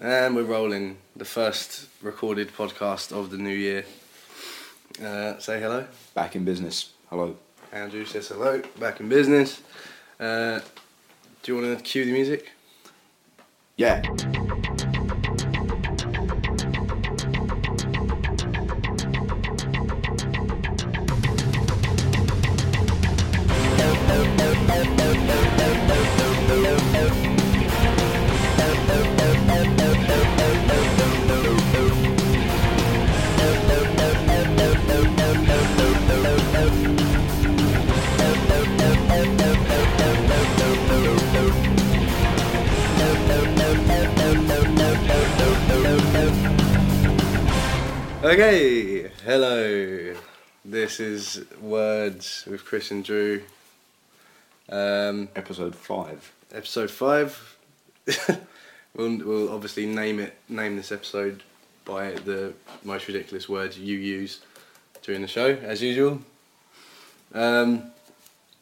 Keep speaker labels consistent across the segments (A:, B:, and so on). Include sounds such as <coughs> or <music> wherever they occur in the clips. A: And we're rolling the first recorded podcast of the new year. Uh, say hello.
B: Back in business. Hello.
A: Andrew says hello. Back in business. Uh, do you want to cue the music?
B: Yeah.
A: Okay. Hello. This is Words with Chris and Drew. Um,
B: Episode five.
A: episode five. <laughs> we'll, we'll obviously name it name this episode by the most ridiculous words you use during the show, as usual. Um,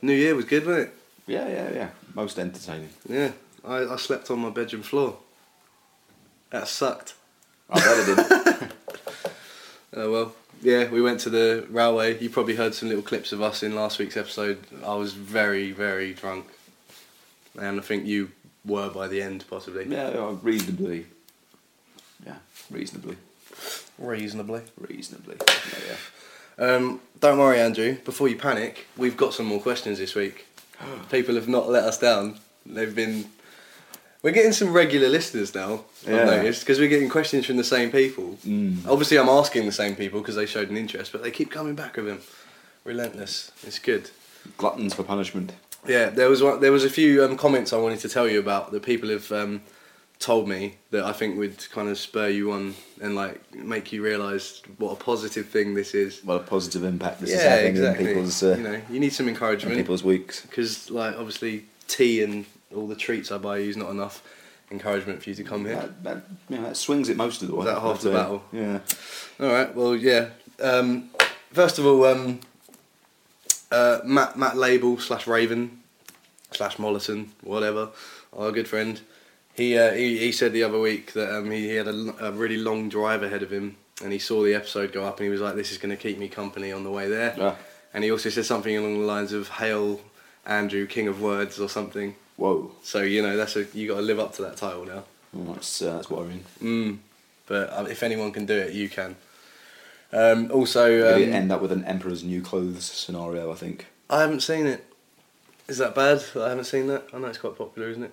A: New Year was good, wasn't it?
B: Yeah, yeah, yeah. Most <laughs> entertaining.
A: Yeah, I, I slept on my bedroom floor. That sucked.
B: I bet it did.
A: Oh well, yeah, we went to the railway. You probably heard some little clips of us in last week's episode. I was very, very drunk, and I think you were by the end, possibly.
B: yeah, yeah, reasonably. Yeah, reasonably.
A: Reasonably.
B: Reasonably. Yeah, yeah.
A: Um, don't worry, Andrew. Before you panic, we've got some more questions this
B: <gasps>
A: week. People have not let us down. They've been. We're getting some regular listeners now.
B: Yeah.
A: I've noticed because we're getting questions from the same people.
B: Mm.
A: Obviously, I'm asking the same people because they showed an interest, but they keep coming back with them. Relentless. It's good.
B: Gluttons for punishment.
A: Yeah, there was one, there was a few um, comments I wanted to tell you about that people have um, told me that I think would kind of spur you on and like make you realise what a positive thing this is.
B: What a positive impact this is having in people's, uh,
A: you know, you need some
B: in
A: encouragement
B: people's weeks.
A: because, like, obviously, tea and all the treats I buy you is not enough encouragement for you to come here.
B: That, that, yeah, that swings it most of the way.
A: That half the
B: But, uh,
A: battle.
B: Yeah.
A: All right. Well, yeah. Um, first of all, um, uh, Matt Matt Label slash Raven slash Mollison, whatever, our good friend. He, uh, he he said the other week that um, he, he had a, l- a really long drive ahead of him, and he saw the episode go up, and he was like, "This is going to keep me company on the way there."
B: yeah.
A: And he also said something along the lines of "Hail Andrew, King of Words" or something.
B: Whoa.
A: So you know that's a you got to live up to that title now.
B: Well, that's, uh, that's worrying.
A: Mm. But um, if anyone can do it, you can. Um, also,
B: Maybe
A: um,
B: end up with an emperor's new clothes scenario, I think.
A: I haven't seen it. Is that bad? that I haven't seen that. I know it's quite popular, isn't it?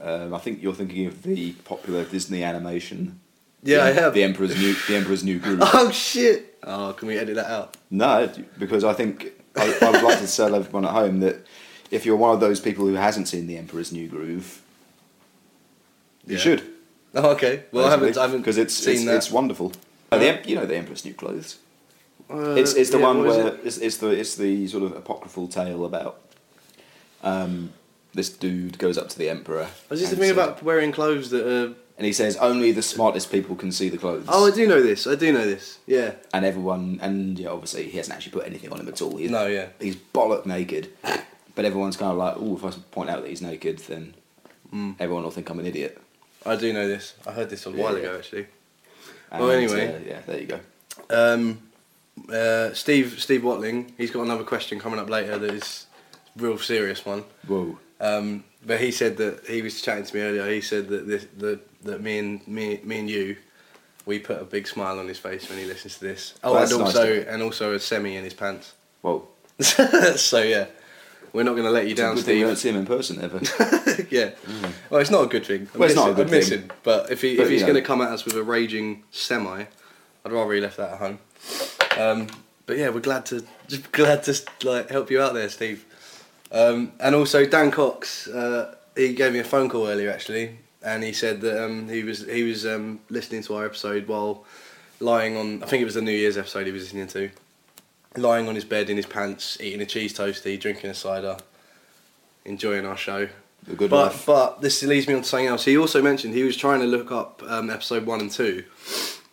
B: Um, I think you're thinking of the popular Disney animation.
A: Yeah,
B: the,
A: I have.
B: The Emperor's New The Emperor's New Groove.
A: Oh shit! Oh, can we edit that out?
B: <laughs> No, because I think I, I would like to tell everyone at home that if you're one of those people who hasn't seen The Emperor's New Groove, you
A: Yeah.
B: should.
A: Oh, okay. Well, I haven't. I haven't
B: because it's
A: seen
B: it's,
A: that.
B: it's wonderful. Uh, the, Em- you know The Emperor's New Clothes.
A: Uh,
B: It's it's the
A: yeah,
B: one
A: what is
B: where
A: it?
B: it's, it's the it's the sort of apocryphal tale about um, this dude goes up to the emperor.
A: Was this the
B: and
A: thing
B: said-
A: about wearing clothes that are?
B: And he says only the smartest people can see the clothes.
A: Oh, I do know this. I do know this. Yeah.
B: and everyone and yeah, obviously he hasn't actually put anything on him at all. He's,
A: No, yeah.
B: he's bollock naked, but everyone's kind of like, oh, if I point out that he's naked, then
A: Hmm.
B: everyone will think I'm an idiot.
A: I do know this. I heard this a while
B: Yeah.
A: ago, actually.
B: And,
A: Well, anyway.
B: uh, yeah, there you go.
A: Um, uh, Steve Steve Watling. He's got another question coming up later that is a real serious one.
B: Whoa,
A: Um, but he said that he was chatting to me earlier. He said that this, that that me and me me and you, we put a big smile on his face when he listens to this. Oh,
B: Well,
A: and
B: that's nice
A: also
B: to-
A: and also a semi in his pants. <laughs>
B: whoa.
A: so yeah, we're not going to let you
B: It's a
A: down,
B: good thing we don't
A: Steve.
B: see him in person ever.
A: <laughs> yeah. Well, it's not a good thing. I
B: Mm. Well,
A: miss
B: it's not a
A: him-
B: good
A: I miss
B: thing.
A: him, but if he
B: But,
A: if he's
B: you know.
A: going to come at us with a raging semi, I'd rather he left that at home. Um, but yeah, we're glad to just glad to like help you out there, Steve. Um, and also Dan Cox, uh, he gave me a phone call earlier actually, and he said that um, he was he was um, listening to our episode while lying on I think it was the New Year's episode he was listening to, lying on his bed in his pants, eating a cheese toastie, drinking a cider, enjoying our show.
B: A good
A: but
B: life.
A: but this leads me on to something else. He also mentioned he was trying to look up um, episode one and two.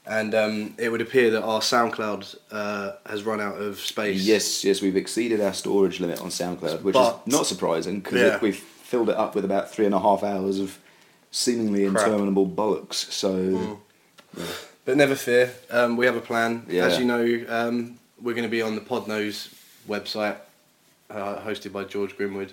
A: And um, it would appear that our SoundCloud uh, has run out of space.
B: yes, yes, we've exceeded our storage limit on SoundCloud, which
A: But-
B: is not surprising because
A: Yeah.
B: we've filled it up with about three and a half hours of seemingly
A: Crap. Hmm.
B: interminable bollocks. So
A: But never fear, um, we have a plan.
B: Yeah.
A: As you know, um, we're going to be on the Podnose website, uh, hosted by George Grimwood,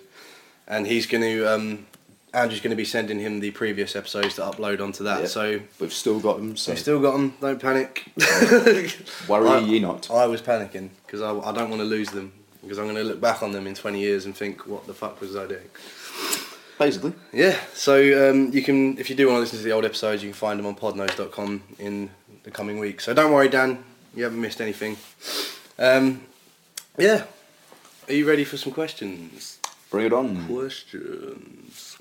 A: and he's going to um, Andrew's going to be sending him the previous episodes to upload onto that.
B: Yeah.
A: So
B: we've still got them. So
A: we've still got them. Don't panic. <laughs>
B: worry
A: I-
B: ye not.
A: I was panicking because I, I don't want to lose them because I'm going to look back on them in 20 years and think, what the fuck was I doing?
B: Basically,
A: Yeah, so um, you can, if you do want to listen to the old episodes, you can find them on podnose.com in the coming week. So don't worry, Dan, you haven't missed anything. Um, yeah, are you ready for some questions?
B: bring it on.
A: Questions.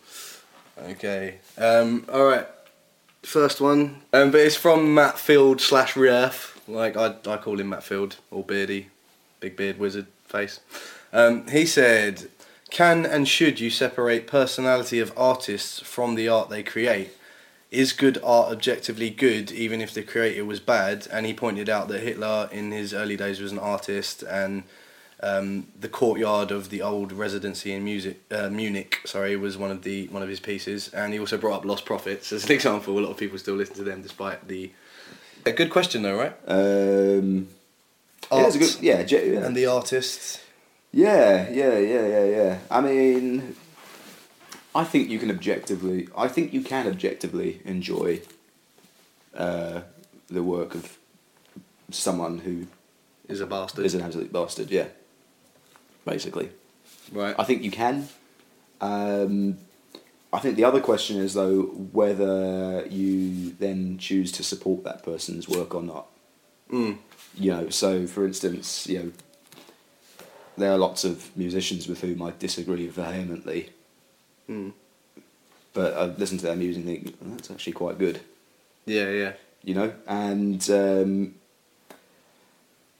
A: Okay. Um, all right. First one, um, but it's from Matt Field slash Rief. Like I, I call him Matt Field or Beardy, big beard wizard face. Um, he said, "Can and should you separate personality of artists from the art they create? Is good art objectively good, even if the creator was bad?" And he pointed out that Hitler, in his early days, was an artist, and um, the courtyard of the old residency in music uh, Munich. Sorry, was one of the one of his pieces, and he also brought up Lost Prophets as an <laughs> example. A lot of people still listen to them despite the. A good question though, right?
B: Um, yeah, it's
A: Art
B: a good, yeah, ge- yeah.
A: and the artists.
B: Yeah, yeah, yeah, yeah, yeah. I mean, I think you can objectively, I think you can objectively enjoy uh, the work of someone who
A: Is a bastard.
B: is an absolute bastard. Yeah, basically,
A: Right.
B: I think you can. Um, I think the other question is though whether you then choose to support that person's work or not
A: Mm.
B: you know, so for instance, you know, there are lots of musicians with whom I disagree vehemently,
A: Mm.
B: but I listen to their music and think "Well, that's actually quite good,
A: Yeah, yeah.
B: you know, and um,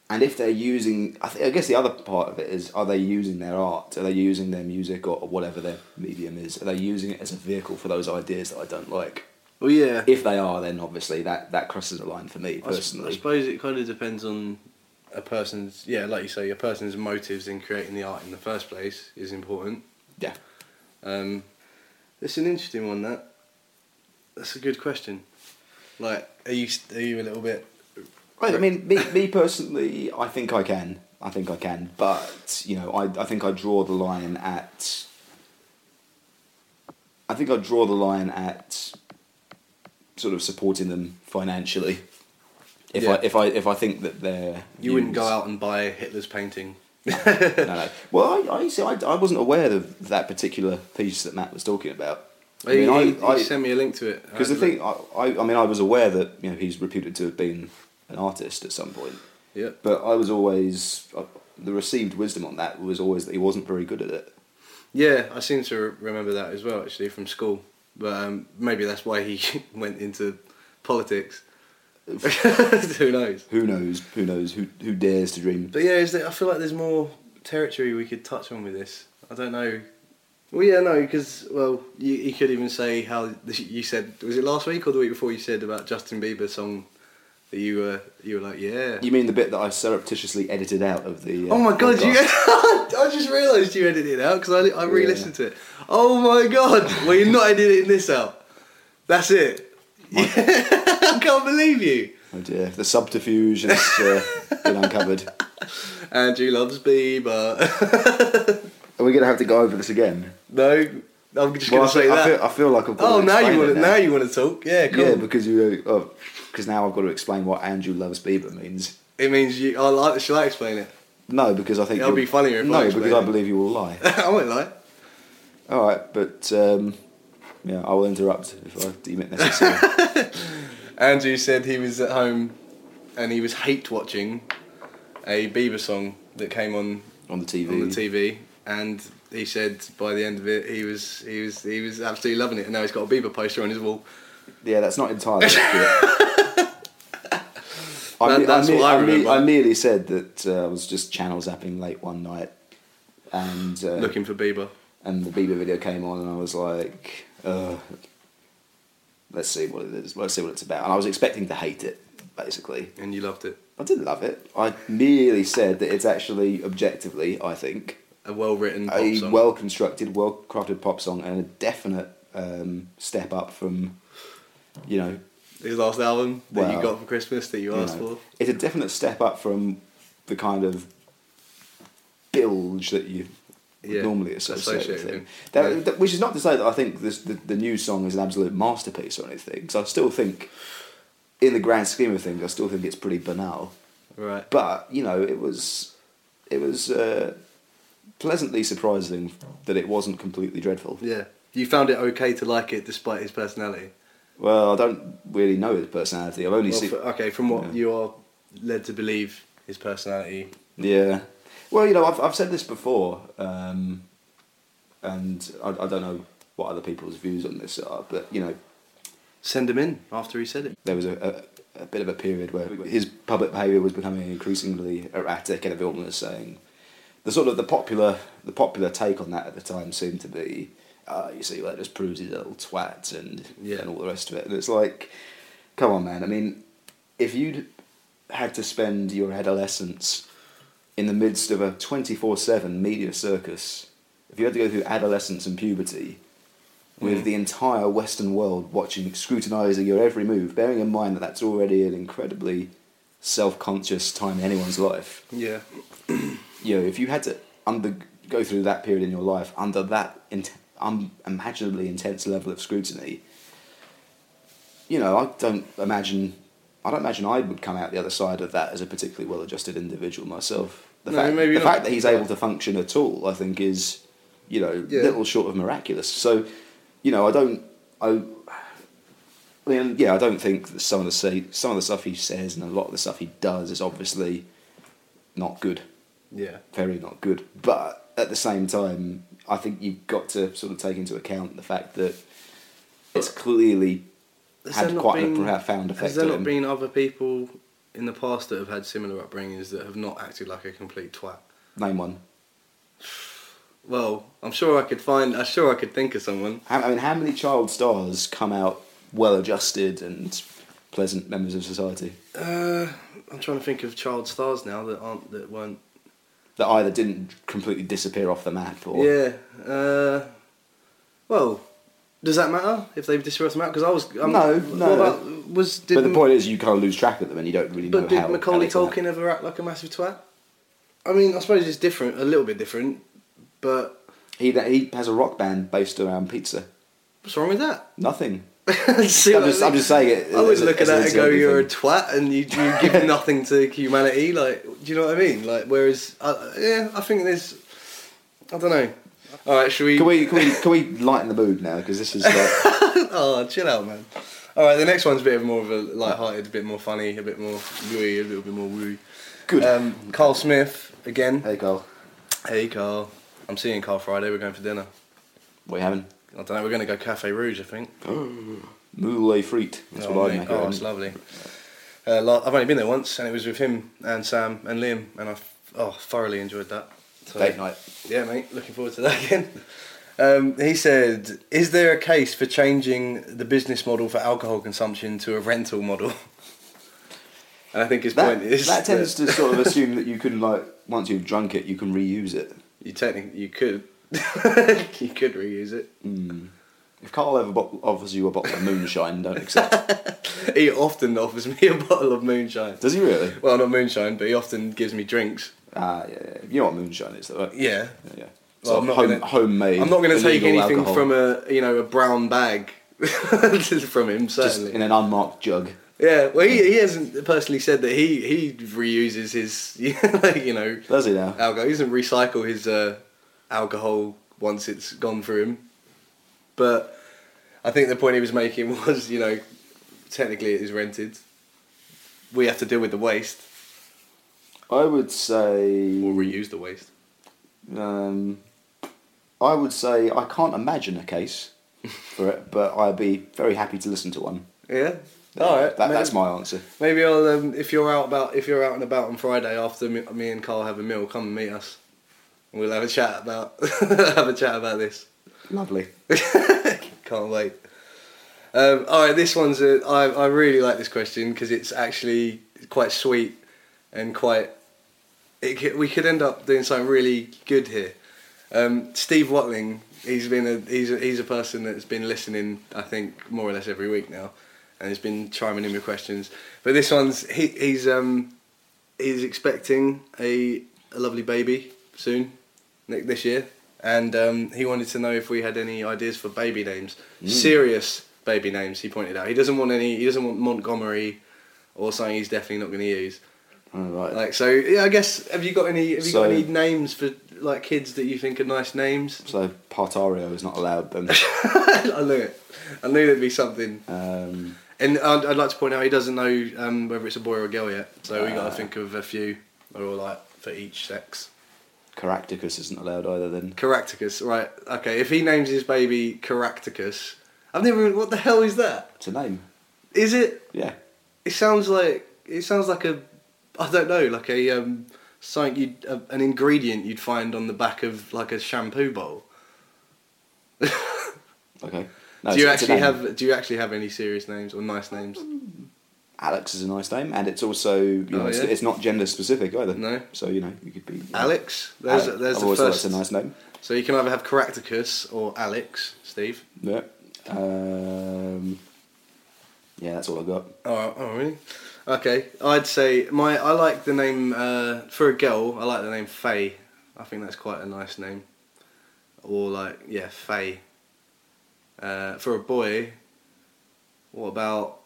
B: and if they're using, I, th- I guess the other part of it is, are they using their art? Are they using their music or, or whatever their medium is? Are they using it as a vehicle for those ideas that I don't like?
A: Well, yeah.
B: If they are, then obviously that that crosses the line for me
A: I s- I,
B: personally.
A: suppose it kind of depends on a person's yeah, like you say, a person's motives in creating the art in the first place is important.
B: Yeah.
A: Um, it's an interesting one. That that's a good question. Like, are you are you a little bit?
B: Right, I mean, me, me personally, I think I can. I think I can. But, you know, I, I think I draw the line at. I think I draw the line at sort of supporting them financially. If I
A: Yeah.
B: if I if I think that they're
A: You wouldn't go out and buy Hitler's painting.
B: No, no. Well, I I, see, I I wasn't aware of that particular piece that Matt was talking about. I
A: He-
B: mean, I-
A: he, he
B: I-
A: sent me a link to it.
B: Because the
A: I had a
B: thing, I, I I mean, I was aware that you know he's reputed to have been an artist at some point.
A: look.
B: But I was always uh, the received wisdom on that was always that he wasn't very good at it.
A: yeah, yeah, I seem to re- remember that as well, actually, from school. But um, maybe that's why he <laughs> went into politics. <laughs> Who knows?
B: Who knows? Who knows? Who who dares to dream?
A: But yeah, is there, I feel like there's more territory we could touch on with this. I don't know. Well, yeah, no, because well, you, you could even say how you said was it last week or the week before you said about Justin Bieber song that you were you were like yeah.
B: You mean the bit that I surreptitiously edited out of the? Uh,
A: oh my god, you!
B: podcast?
A: <laughs> I just realised you edited it out because I, I re-listened to it. Oh my god! Well, you're not editing this out. That's it. <laughs> I can't believe you.
B: Oh dear, the subterfuge has uh, been uncovered.
A: Andrew loves Bieber. <laughs>
B: Are we going to have to go over this again?
A: no, I'm just
B: Well,
A: gonna
B: I,
A: say
B: feel,
A: that.
B: I, feel, I feel like I've got
A: Oh,
B: to
A: now
B: explain
A: you
B: it
A: want to
B: now.
A: now you want to talk? Yeah, cool.
B: Yeah, because you uh, oh, because now I've got to explain what Andrew loves Bieber means.
A: it means you. I like. Shall I explain it? <laughs>
B: No, because I think
A: It'll
B: you'll-
A: be funnier if I
B: No,
A: explain
B: because I
A: it.
B: believe you will lie.
A: I won't lie.
B: All right, but um, yeah, I will interrupt if I deem it necessary.
A: Andrew said he was at home, and he was hate watching a Bieber song that came on
B: on the TV.
A: on the TV, and he said by the end of it he was he was he was absolutely loving it, and now he's got a Bieber poster on his wall.
B: Yeah, that's not
A: <laughs>
B: entirely accurate. I,
A: That-
B: me-
A: that's
B: I, me-
A: what I
B: I, me-
A: remember.
B: I merely said that uh, I was just channel zapping late one night, and uh,
A: Looking for Bieber.
B: and the Bieber video came on, and I was like, uh, "Let's see what it is. Let's see what it's about." And I was expecting to hate it, basically.
A: And you loved it.
B: I didn't love it. I merely said that it's actually objectively, I think,
A: A well written pop
B: a
A: song.
B: well constructed, well crafted pop song and a definite um, step up from, you know,
A: His last album that you
B: Well,
A: got for Christmas that you
B: you
A: asked
B: know,
A: for.
B: it's a definite step up from the kind of bilge that you would
A: Yeah,
B: normally associate,
A: associate
B: with
A: with
B: him.
A: him.
B: That,
A: Yeah.
B: that- which is not to say that I think this, the, the new song is an absolute masterpiece or anything, because I still think, in the grand scheme of things, I still think it's pretty banal.
A: Right.
B: But you know, it was it was uh, pleasantly surprising that it wasn't completely dreadful.
A: Yeah. You found it okay to like it despite his personality.
B: Well, I don't really know his personality. I've only
A: Well,
B: seen
A: f- okay, from what
B: Yeah.
A: you are led to believe his personality.
B: Yeah. Well, you know, I've, I've said this before, um, and I, I don't know what other people's views on this are, but, you know,
A: Send him in after he said it.
B: there was a, a, a bit of a period where his public behaviour was becoming increasingly erratic, and everyone was saying the sort of the popular the popular take on that at the time seemed to be, uh, you see, well, it just proves he's a little twat and
A: Yeah.
B: and all the rest of it, and it's like, come on, man. I mean, if you'd had to spend your adolescence in the midst of a twenty four seven media circus, if you had to go through adolescence and puberty with
A: Mhm.
B: the entire Western world watching, scrutinising your every move, bearing in mind that that's already an incredibly self conscious time in anyone's life.
A: Yeah.
B: You know, if you had to under, go through that period in your life under that in, unimaginably intense level of scrutiny, you know, I don't imagine. I don't imagine I would come out the other side of that as a particularly well-adjusted individual myself. The,
A: No,
B: fact,
A: maybe
B: the
A: not.
B: fact that he's able to function at all, I think, is you know
A: Yeah.
B: little short of miraculous. So, you know, I don't. I, I mean, yeah, I don't think that some of the say, some of the stuff he says and a lot of the stuff he does is obviously not good
A: Yeah.
B: very not good. But at the same time, I think you've got to sort of take into account the fact that it's clearly
A: Has
B: had
A: there not
B: quite a
A: been-
B: profound effect
A: Has there
B: on
A: not
B: him.
A: been other people in the past that have had similar upbringings that have not acted like a complete twat?
B: name one.
A: Well, I'm sure I could find. I'm sure I could think of someone.
B: How, I mean, how many child stars come out well-adjusted and pleasant members of society
A: Uh, I'm trying to think of child stars now that aren't that weren't.
B: that either didn't completely disappear off the map or
A: Yeah. Uh, well, does that matter if they disappear them out? Because I was. I'm,
B: No, no.
A: What about, was did
B: but the point is, you kind of lose track of them, and you don't really know
A: But did
B: how.
A: Macaulay
B: how it's
A: Culkin ever act like a massive twat? I mean, I suppose it's different, a little bit different, but
B: happened. He he has a rock band based around pizza.
A: what's wrong with that? <laughs>
B: Nothing.
A: See
B: I'm
A: what I
B: just,
A: mean?
B: I'm just saying it.
A: I always
B: as a-
A: look at
B: as an
A: that and go,
B: incident
A: "You're a
B: thing.
A: twat," and you, you
B: <laughs>
A: give nothing to humanity. Like, do you know what I mean? Like, whereas, uh, yeah, I think there's, I don't know. All right, should we?
B: Can we, can we can we lighten the mood now? Because this is like,
A: <laughs> oh, chill out, man. All right, the next one's a bit more of a light-hearted, a bit more funny, a bit more wooey, a little bit more woo.
B: Good.
A: Um, Carl Smith again.
B: hey Carl,
A: Hey, Carl. I'm seeing Carl Friday. We're going for dinner.
B: what are you having?
A: I don't know. We're going to go Cafe Rouge, I think.
B: Moulin frites. That's
A: oh,
B: what I
A: mate.
B: make.
A: Oh,
B: it.
A: it's lovely. Uh, la- I've only been there once, and it was with him and Sam and Liam, and I f- oh thoroughly enjoyed that. So,
B: Date night.
A: Yeah, mate. Looking forward to that <laughs> again. Um, he said, "Is there a case for changing the business model for alcohol consumption to a rental model?" <laughs> And I think his
B: That,
A: point is
B: that tends to sort of assume that you can like once you've drunk it, you can reuse it.
A: you technically you could <laughs> you could reuse it.
B: If Carl ever bo- offers you a bottle of moonshine,
A: <laughs>
B: don't accept.
A: He often <laughs> offers me a bottle of moonshine.
B: Does he really?
A: Well, not moonshine, but he often gives me drinks.
B: Ah, yeah, yeah. You know what moonshine is, though. Right? Yeah.
A: Yeah,
B: yeah.
A: Well,
B: Sort
A: I'm
B: of
A: not
B: home,
A: gonna-
B: homemade.
A: I'm not going to take
B: illegal
A: anything
B: alcohol.
A: from a you know a brown bag <laughs> from him
B: just
A: certainly.
B: in an unmarked jug.
A: yeah, well he, he hasn't personally said that he he reuses his <laughs> like, you know
B: Does he now?
A: alcohol. He doesn't recycle his uh, alcohol once it's gone through him. But I think the point he was making <laughs> was you know technically it is rented. We have to deal with the waste.
B: I would say.
A: We'll reuse the waste.
B: Um, I would say I can't imagine a case for it, but I'd be very happy to listen to one.
A: Yeah. <laughs> All right.
B: That,
A: maybe-
B: that's my answer.
A: Maybe I'll um, if you're out about if you're out and about on Friday after me, me and Carl have a meal, come and meet us. And We'll have a chat about <laughs> have a chat about this.
B: Lovely.
A: <laughs> Can't wait. Um, all right, this one's a, I I really like this question because it's actually quite sweet and quite. It, c- we could end up doing something really good here. Um, Steve Watling He's been a he's a, he's a person that's been listening. I think more or less every week now, and he's been chiming in with questions. But this one's he, he's um he's expecting a a lovely baby soon, ne- this year, and um, he wanted to know if we had any ideas for baby names,
B: Mm.
A: serious baby names. He pointed out he doesn't want any. He doesn't want Montgomery, or something. He's definitely not going to use.
B: All Oh, right.
A: Like so, yeah. I guess have you got any? Have you
B: So-
A: got any names for like kids that you think are nice names? <laughs>
B: so Partario is not allowed then.
A: I knew it. I knew there'd be something.
B: um,
A: And I'd, I'd like to point out he doesn't know um, whether it's a boy or a girl yet. So we got to
B: Ah.
A: think of a few, or like for each sex.
B: Caractacus isn't allowed either then.
A: Caractacus, right? Okay, if he names his baby Caractacus, I've never. even- What the hell is that?
B: It's a name.
A: Is it?
B: Yeah.
A: It sounds like it sounds like a. I don't know, like a um, something you uh, an ingredient you'd find on the back of like a shampoo bowl.
B: Okay.
A: <laughs>
B: No,
A: do you
B: it's- Mm. it's a
A: actually
B: name.
A: have Do you actually have any serious names or nice names?
B: Alex is a nice name, and it's also you know
A: Oh,
B: it's,
A: yeah.
B: it's not gender specific either.
A: No.
B: So you know you could be
A: Alex. There's
B: Alex.
A: there's
B: I've
A: the
B: always thought
A: first.
B: That's a nice name.
A: So you can either have Caractacus or Alex, Steve.
B: Yeah. Um, yeah, that's all I got.
A: Oh, oh really? Okay, I'd say my I like the name uh, for a girl. I like the name Faye. I think that's quite a nice name. Or like yeah, Faye. Uh, for a boy, what about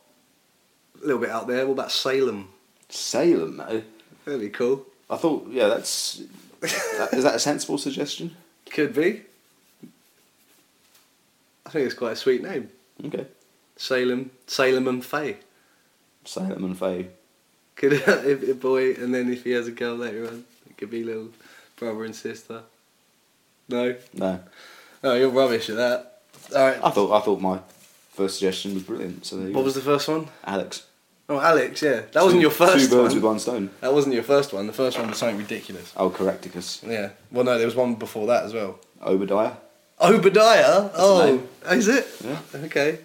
A: a little bit out there? What about Salem?
B: Salem though.
A: That'd be cool.
B: I thought yeah, that's that, is that a sensible suggestion?
A: Could be. I think it's quite a sweet name.
B: Okay.
A: Salem, Salem and Faye.
B: Salem and Faye.
A: Could <laughs> if a boy, and then if he has a girl later on, it could be little brother and sister. No,
B: No,
A: no, you're rubbish at that. All right.
B: I thought I thought my first suggestion was brilliant. So there you
A: What
B: go.
A: was the first one?
B: Alex?
A: Oh, Alex. Yeah, that wasn't
B: Two-
A: your first
B: Two birds
A: one.
B: with one stone.
A: That wasn't your first one. The first one was something ridiculous.
B: Oh, Caractacus.
A: Yeah. Well, no, there was one before that as well.
B: Obadiah.
A: Obadiah. oh,
B: name.
A: is it?
B: Yeah.
A: Okay.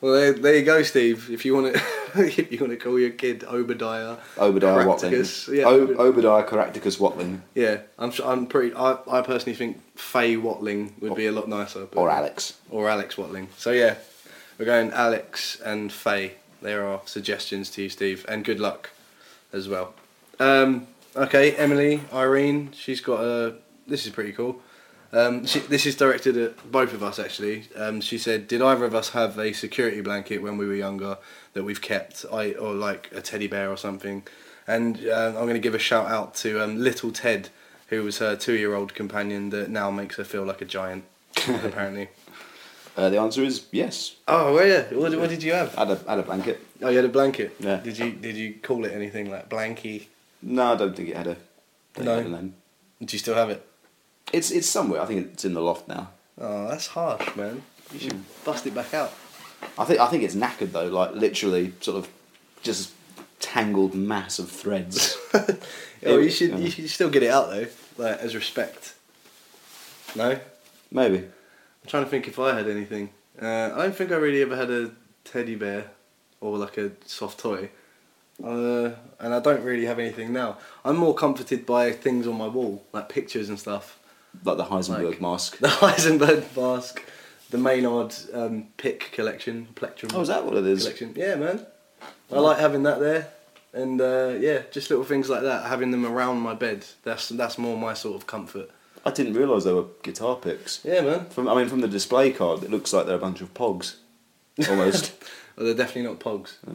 A: Well, there, there you go, Steve. If you want to, <laughs> if you want to call your kid Obadiah,
B: Obadiah
A: Caractacus,
B: Watling.
A: yeah.
B: O- Obadiah Caractacus Watling.
A: Yeah, I'm. su- I'm pretty. I, I personally think Faye Watling would be a lot nicer. but-
B: Or Alex.
A: Or Alex Watling. So yeah, we're going Alex and Faye. There are suggestions to you, Steve, and good luck as well. Um, okay, Emily, Irene. She's got a. This is pretty cool. Um, she, this is directed at both of us actually. Um, she said, "Did either of us have a security blanket when we were younger that we've kept, I, or like a teddy bear or something?" And uh, I'm going to give a shout out to um, Little Ted, who was her two-year-old companion that now makes her feel like a giant, apparently.
B: Uh, the answer is yes.
A: Oh, well, yeah. What, what did you have?
B: I had a, I had a blanket.
A: Oh, you had a blanket.
B: Yeah.
A: Did you did you call it anything like blankie?
B: No, I don't think it had a, think it
A: No.
B: had a name.
A: Do you still have it?
B: It's it's somewhere. I think it's in the loft now.
A: Oh, that's harsh, man. You should
B: Hmm.
A: bust it back out.
B: I think I think it's knackered though. Like literally, sort of, just tangled mass
A: <laughs>
B: of threads.
A: <laughs> Oh, you should
B: yeah.
A: you should still get it out though, like as respect. No, I'm
B: Maybe.
A: trying to think if I had anything. Uh, I don't think I really ever had a teddy bear or like a soft toy. Uh, and I don't really have anything now. I'm more comforted by things on my wall, like pictures and stuff.
B: Like the Heisenberg
A: Like-
B: mask.
A: <laughs> The Heisenberg mask, the Maynard um, pick collection, plectrum.
B: Oh, is that what it is?
A: collection? Yeah, man. I like having that there, and uh, yeah, just little things like that. Having them around my bed, that's that's more my sort of comfort.
B: I didn't realise they were guitar picks.
A: Yeah, man.
B: From I mean, from the display card, it looks like they're a bunch of pogs.
A: <laughs>
B: Almost.
A: Well, they're definitely not pogs.
B: Uh,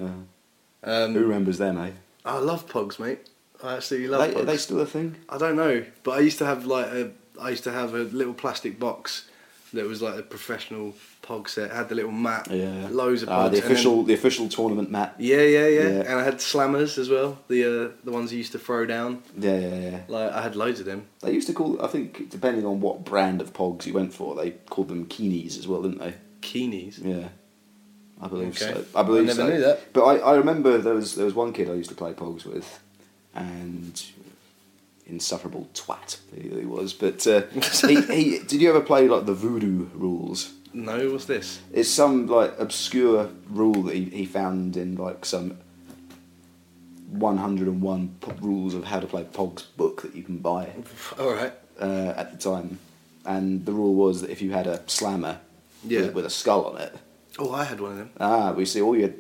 A: Um,
B: who remembers them, eh?
A: I love pogs, mate. I absolutely
B: Are
A: love
B: they,
A: pogs.
B: are they still a thing?
A: I don't know, but I used to have like a I used to have a little plastic box that was like a professional pog set. It had the little mat,
B: Yeah.
A: loads of pogs.
B: Ah, the
A: and then-
B: official the official tournament mat. Yeah,
A: Yeah, yeah, yeah,
B: Yeah.
A: And I had slammers as well. The uh, the ones you used to throw down.
B: yeah, yeah. yeah.
A: Like I had loads of them.
B: They used to call. I think depending on what brand of pogs you went for, they called them keenies as well, didn't they?
A: Keenies.
B: Yeah, I believe
A: Okay.
B: so. I believe
A: I never
B: so.
A: knew that.
B: But I, I remember there was there was one kid I used to play pogs with, and insufferable twat he was. But
A: <laughs>
B: uh, he, he did you ever play like the voodoo rules?
A: No, what's this? <laughs>
B: It's some like obscure rule that he, he found in like some 101 p- rules of how to play pogs book that you can buy
A: All right.
B: uh, at the time. and the rule was that if you had a slammer
A: Yeah.
B: with, with a skull on it,
A: Oh, I had one of them.
B: ah, we see all you had,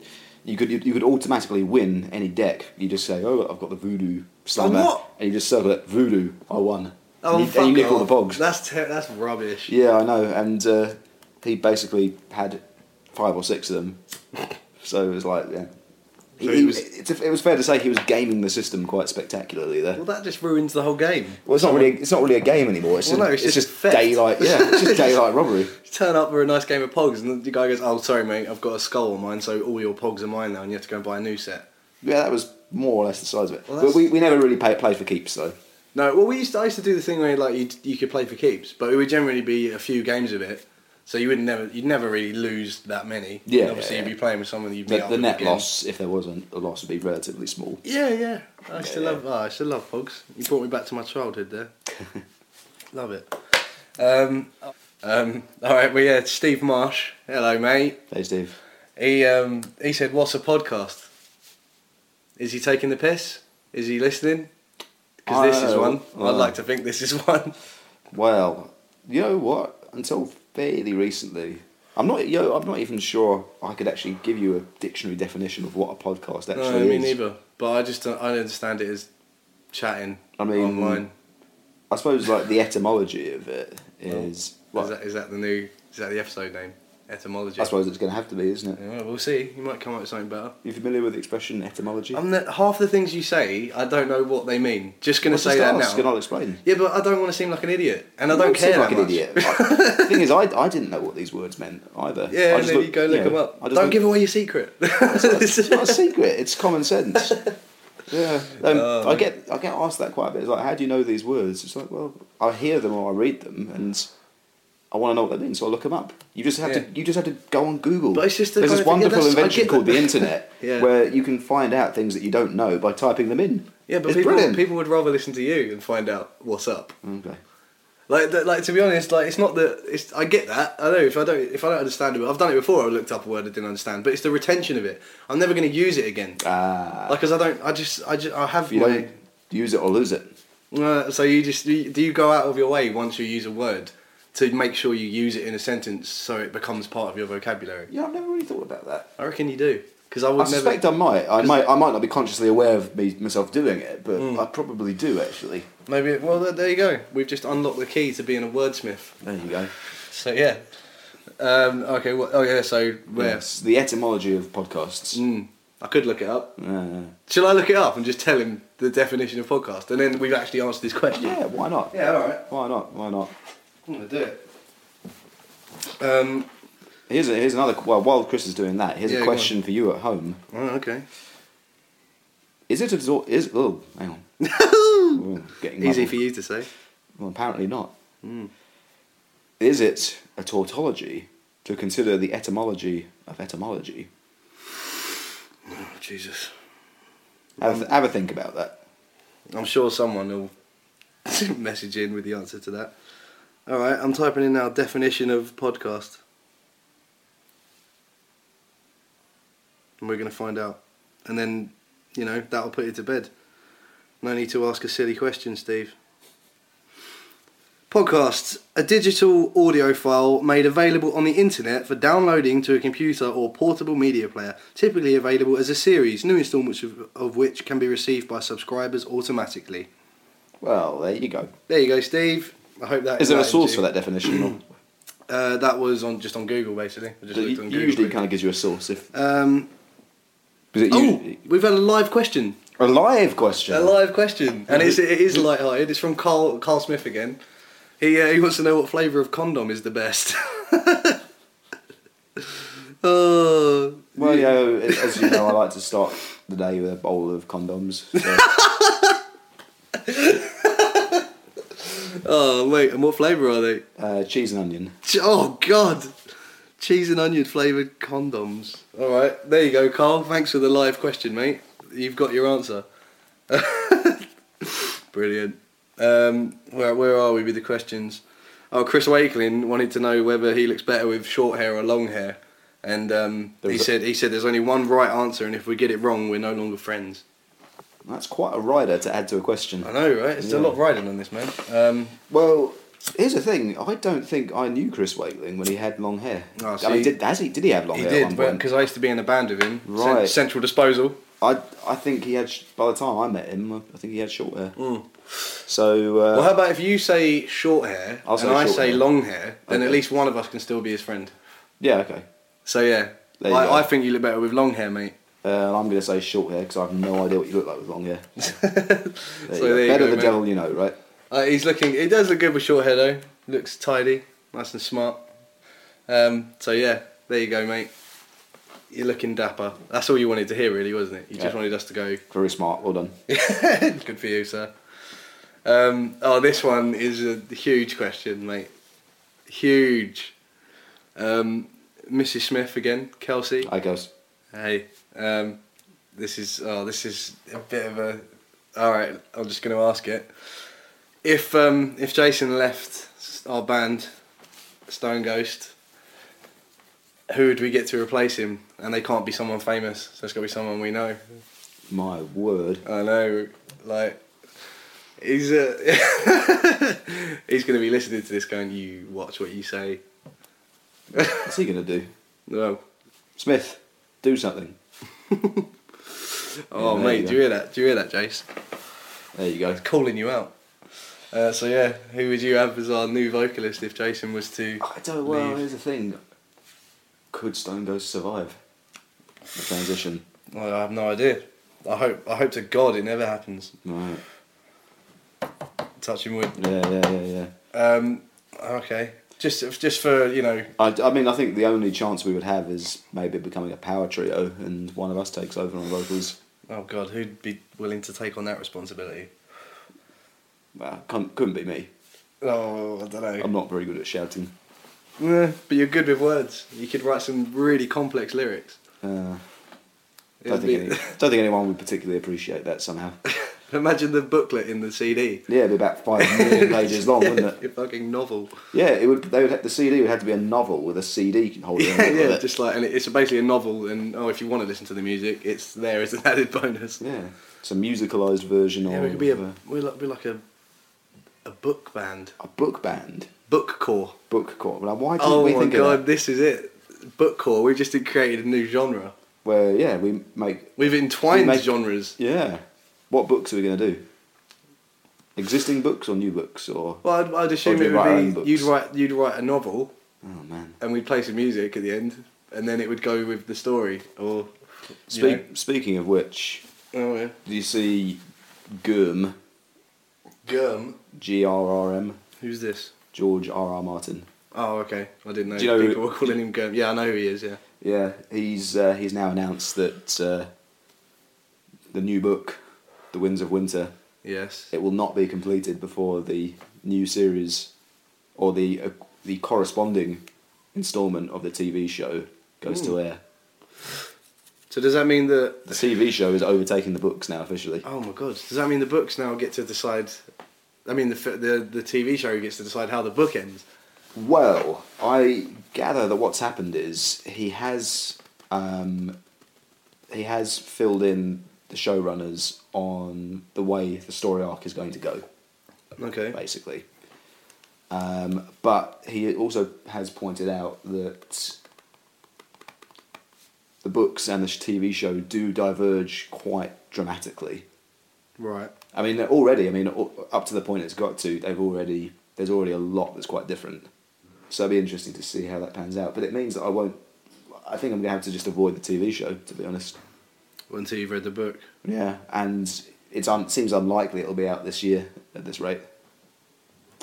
B: you could you, you could automatically win any deck. You just say, oh, I've got the voodoo slammer,
A: what?
B: and you just circle it, voodoo. I won.
A: Oh,
B: and you,
A: fuck
B: and you nick all
A: off.
B: the bogs.
A: That's ter- that's rubbish.
B: Yeah, I know. And uh, he basically had five or six of them. So it was like, yeah. He-
A: So he
B: he-
A: was-
B: it's, it was fair to say he was gaming the system quite spectacularly there.
A: Well, that just ruins the whole game.
B: Well, it's not really it's not really a game anymore. It's
A: Well,
B: just,
A: no, it's
B: it's
A: just
B: just
A: theft.
B: daylight. Yeah, it's <laughs> just daylight robbery.
A: You turn up for a nice game of pogs, and the guy goes, "Oh, sorry, mate, I've got a skull on mine, so all your pogs are mine now, and you have to go and buy a new set."
B: Yeah, that was more or less the size of it.
A: Well,
B: But
A: that's-
B: we, we never really pay, played for keeps though.
A: No, well, we used to, I used to do the thing where like you you could play for keeps, but it would generally be a few games of it, so you would never you'd never really lose that many.
B: Yeah,
A: And obviously
B: yeah,
A: you'd
B: yeah.
A: be playing with someone that you
B: The,
A: meet up
B: the
A: with
B: net
A: again.
B: loss, if there was a, a loss, would be relatively small.
A: Yeah, yeah. I still
B: Yeah.
A: love. Oh, I still love Pogs. You brought me back to my childhood
B: <laughs>
A: there. love it. Um, um, all right. Well, yeah. Steve Marsh. Hello, mate.
B: Hey, Steve.
A: He um, he said, "What's a podcast? Is he taking the piss? Is he listening? Because this is
B: Oh,
A: one.
B: well.
A: I'd like to think this is <laughs> one.
B: Well, you know what? Until fairly recently, I'm not. You know, I'm not even sure I could actually give you a dictionary definition of what a podcast
A: No,
B: actually
A: me
B: is.
A: neither. But I just don't, I don't understand it as chatting
B: I mean,
A: online.
B: I suppose like the etymology of it
A: Well,
B: is.
A: Is
B: like,
A: that is that the new? Is that the episode name? Etymology.
B: I suppose it's going to have to be, isn't it?
A: Yeah, well, we'll see. You might come up with something better.
B: You familiar with the expression etymology?
A: I'm not, half the things you say, I don't know what they mean. Just gonna
B: Well,
A: say
B: just
A: that
B: ask
A: now.
B: and I'll explain.
A: Yeah, but I don't want to seem like an idiot, and I
B: You
A: don't
B: seem
A: care
B: like
A: that
B: an
A: much.
B: idiot. I- the thing is, I, I didn't know what these words meant either.
A: <laughs> Yeah,
B: I
A: and
B: just
A: then
B: look-
A: you go look
B: yeah,
A: them up.
B: I just
A: Don't
B: look-
A: give away your
B: <laughs>
A: secret.
B: It's
A: <laughs>
B: not a secret. It's common sense. Yeah, um,
A: Oh,
B: I
A: man.
B: get I get asked that quite a bit. It's like, how do you know these words? It's like, well, I hear them or I read them, and I want to know what they mean, so I look them up. You just have
A: Yeah.
B: to you just have to go on Google.
A: But it's just the
B: there's this
A: kind of thing- yeah,
B: wonderful
A: that's- I
B: invention
A: get
B: called
A: that. <laughs>
B: the internet,
A: Yeah.
B: where you can find out things that you don't know by typing them in.
A: yeah, but
B: it's
A: people,
B: brilliant.
A: people would rather listen to you and find out what's up.
B: Okay.
A: Like, th- like to be honest, like it's not that it's. I get that. I know if I don't if I don't understand it, I've done it before. I looked up a word I didn't understand, but it's the retention of it. I'm never going to use it again.
B: Ah,
A: Like, cause I don't. I just. I just. I have.
B: you
A: my-
B: don't use it or lose it.
A: Uh, so you just you- do you go out of your way once you use a word to make sure you use it in a sentence so it becomes part of your vocabulary.
B: Yeah, I've never really thought about that.
A: I reckon you do because I would
B: I
A: never.
B: suspect I might. I might. I might not be consciously aware of me myself doing it, but
A: Mm.
B: I probably do actually.
A: Maybe well there, there you go. We've just unlocked the key to being a wordsmith.
B: There you go.
A: So yeah. Um, okay. Well, oh yeah. So where?
B: Yes, the etymology of podcasts.
A: Mm, I could look it up.
B: Uh,
A: Shall I look it up and just tell him the definition of podcast, and then we've actually answered his question?
B: yeah, why not?
A: Yeah. All right.
B: Why not? Why not?
A: I'm gonna do it. Um.
B: Here's a, here's another. Well, while Chris is doing that, here's
A: Yeah,
B: a
A: go
B: question for you at home.
A: oh,
B: <laughs>
A: okay.
B: Is it absor- is oh hang on. Ooh, getting
A: Easy
B: muddled.
A: for you to say.
B: Well, apparently not.
A: Mm.
B: Is it a tautology to consider the etymology of etymology?
A: Oh, Jesus.
B: Have, a
A: Mm.
B: th- have a think about that.
A: I'm sure someone will <laughs> message in with the answer to that. All right, I'm typing in now definition of podcast. And we're going to find out. And then, you know, that'll put you to bed. No need to ask a silly question, Steve. Podcasts, a digital audio file made available on the internet for downloading to a computer or portable media player, typically available as a series, new installments of, of which can be received by subscribers automatically.
B: Well, there you go.
A: There you go, Steve. I hope that
B: Is there a
A: enlightens
B: source
A: you.
B: for that
A: <clears throat>
B: definition? or-
A: Uh, that was on just on Google, basically. I just
B: it
A: looked on Google.
B: usually kind of gives you a source if.
A: Um,
B: Is it
A: oh,
B: usually-
A: we've had a live question.
B: a live question.
A: A live question, and it's it
B: <laughs>
A: is light-hearted. It's from Carl Carl Smith again. He uh, he wants to know what flavour of condom is the best. <laughs> oh,
B: Well, you know, as as you know, I like to start the day with a bowl of condoms. So.
A: oh, wait, and what flavour are they?
B: Uh, cheese and onion.
A: Ch- Oh God, cheese and onion flavored condoms. All right, there you go, Carl. Thanks for the live question, mate. You've got your answer. <laughs> Brilliant. Um, where where are we with the questions? Oh, Chris Wakelin wanted to know whether he looks better with short hair or long hair, and um,
B: There
A: he
B: was a-
A: said he said there's only one right answer, and if we get it wrong, we're no longer friends.
B: That's quite a rider to add to a question.
A: I know, right? It's a
B: Yeah.
A: lot riding on this, man. Um,
B: Well, Here's the thing. I don't think I knew Chris Wakeling when he had long hair.
A: Ah,
B: I mean,
A: see-
B: did, has he? Did he have long
A: He
B: hair at
A: did,
B: one point?
A: because I used to be in a band with him. Cen-
B: Right.
A: Central Disposal.
B: I I think he had. sh- By the time I met him, I think he had short hair. So
A: Hmm. Well,
B: uh,
A: how about if you say short hair
B: I'll say
A: and I
B: short
A: say
B: hair.
A: long hair, then at
B: Okay.
A: least one of us can still be his friend.
B: yeah, okay.
A: So yeah,
B: There you go.
A: I, I think you look better with long hair, mate. <laughs>
B: Uh, I'm going to say short hair because I have no idea what you look like with long hair. There you
A: So
B: go.
A: there you
B: Better
A: go,
B: the
A: mate.
B: devil you know, right?
A: Uh, he's looking. It does look good with short hair though. Looks tidy, nice and smart. Um, so yeah, there you go, mate. You're looking dapper. That's all you wanted to hear, really, wasn't it? You just
B: Yeah.
A: wanted us to go.
B: Very smart. Well done.
A: <laughs> good for you, sir. Um, oh, this one is a huge question, mate. Huge. Um, Mrs. Smith again, Kelsey.
B: I goes.
A: Hey, um, this is oh, this is a bit of a. All right, I'm just going to ask it. If um, if Jason left our band, Stone Ghost, who would we get to replace him? And they can't be someone famous, so it's got to be someone we know.
B: My word.
A: I know, like. He's uh, <laughs> he's going to be listening to this going, you watch what you say.
B: What's he going to do?
A: Well,
B: Smith, do something.
A: oh,
B: Yeah, there
A: mate,
B: you
A: do you hear that? Do you hear that, Jace?
B: There you go.
A: calling you out. Uh, so yeah, who would you have as our new vocalist if Jason was to?
B: I don't. Well,
A: Leave.
B: here's the thing. Could Stone Ghost survive the transition?
A: Well, I have no idea. I hope I hope to God it never happens.
B: Right.
A: Touching wood.
B: Yeah, yeah, yeah, yeah.
A: Um, okay, just just for you know.
B: I, I mean, I think the only chance we would have is maybe becoming a power trio, and one of us takes over on vocals.
A: Oh God, who'd be willing to take on that responsibility?
B: Well, can't, couldn't be me.
A: Oh, I don't know.
B: I'm not very good at shouting.
A: Nah, Eh, but you're good with words. You could write some really complex lyrics.
B: Uh, don't,
A: It'd <laughs>
B: think
A: be-
B: any, don't think anyone would particularly appreciate that somehow.
A: Imagine the booklet in the CD.
B: Yeah, it'd be about five million pages long, <laughs> wouldn't
A: <laughs>
B: it?
A: Your fucking novel.
B: Yeah, it would. They would. Have, the CD would have to be a novel with a CD holder. in
A: Yeah,
B: it,
A: <laughs>
B: wouldn't
A: yeah,
B: it?
A: just like and it- it's basically a novel, and oh, if you want to listen to the music, it's there as an <laughs> added bonus.
B: yeah. It's a musicalized version
A: Yeah,
B: of.
A: we could be
B: uh,
A: a we're like, we're like a a book band,
B: a book band,
A: book core.
B: book court. Now, why did
A: Oh
B: we
A: my
B: think
A: god,
B: of that?
A: this is it, book core. We've just created a new genre.
B: Where yeah, we make
A: We've entwined
B: We make-
A: genres.
B: yeah. What books are we going to do? Existing books or new books or?
A: Well, I'd, I'd
B: Or
A: assume
B: do
A: it
B: we write our own
A: would
B: books?
A: be you'd write you'd write a novel,
B: Oh man.
A: and we'd play some music at the end, and then it would go with the story. Or you
B: Speak, Speaking of which,
A: know, oh yeah,
B: do you see Gurm?
A: Gurm.
B: G R R M.
A: Who's this?
B: George R R Martin.
A: Oh okay, I didn't know,
B: Do you know who-
A: people were calling him Gurm. Yeah, I know who he is. Yeah.
B: Yeah, he's uh, he's now announced that uh, the new book, The Winds of Winter,
A: Yes.
B: it will not be completed before the new series or the uh, the corresponding installment of the TV show goes to air.
A: So does that mean that?
B: The TV show is overtaking the books now officially.
A: Oh my god! Does that mean the books now get to decide? I mean, the fi- the the TV show gets to decide how the book ends.
B: Well, I gather that what's happened is he has um, he has filled in the showrunners on the way the story arc is going to go.
A: Okay.
B: basically. Um, but he also has pointed out that the books and the sh- TV show do diverge quite dramatically.
A: Right.
B: I mean, they're already, I mean, u- up to the point it's got to, they've already, there's already a lot that's quite different. So it'll be interesting to see how that pans out. But it means that I won't, I think I'm going to have to just avoid the TV show, to be honest.
A: Well, until you've read the book.
B: Yeah, and it's un- it seems unlikely it'll be out this year at this rate.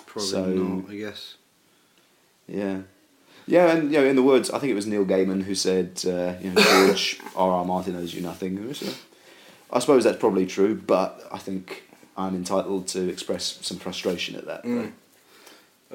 A: Probably
B: So-
A: not. I guess.
B: Yeah. Yeah, and you know, in the words, I think it was Neil Gaiman who said, uh, you
A: <laughs>
B: know, George R. R. Martin owes you nothing. So I suppose that's probably true, but I think I'm entitled to express some frustration at that.
A: Mm.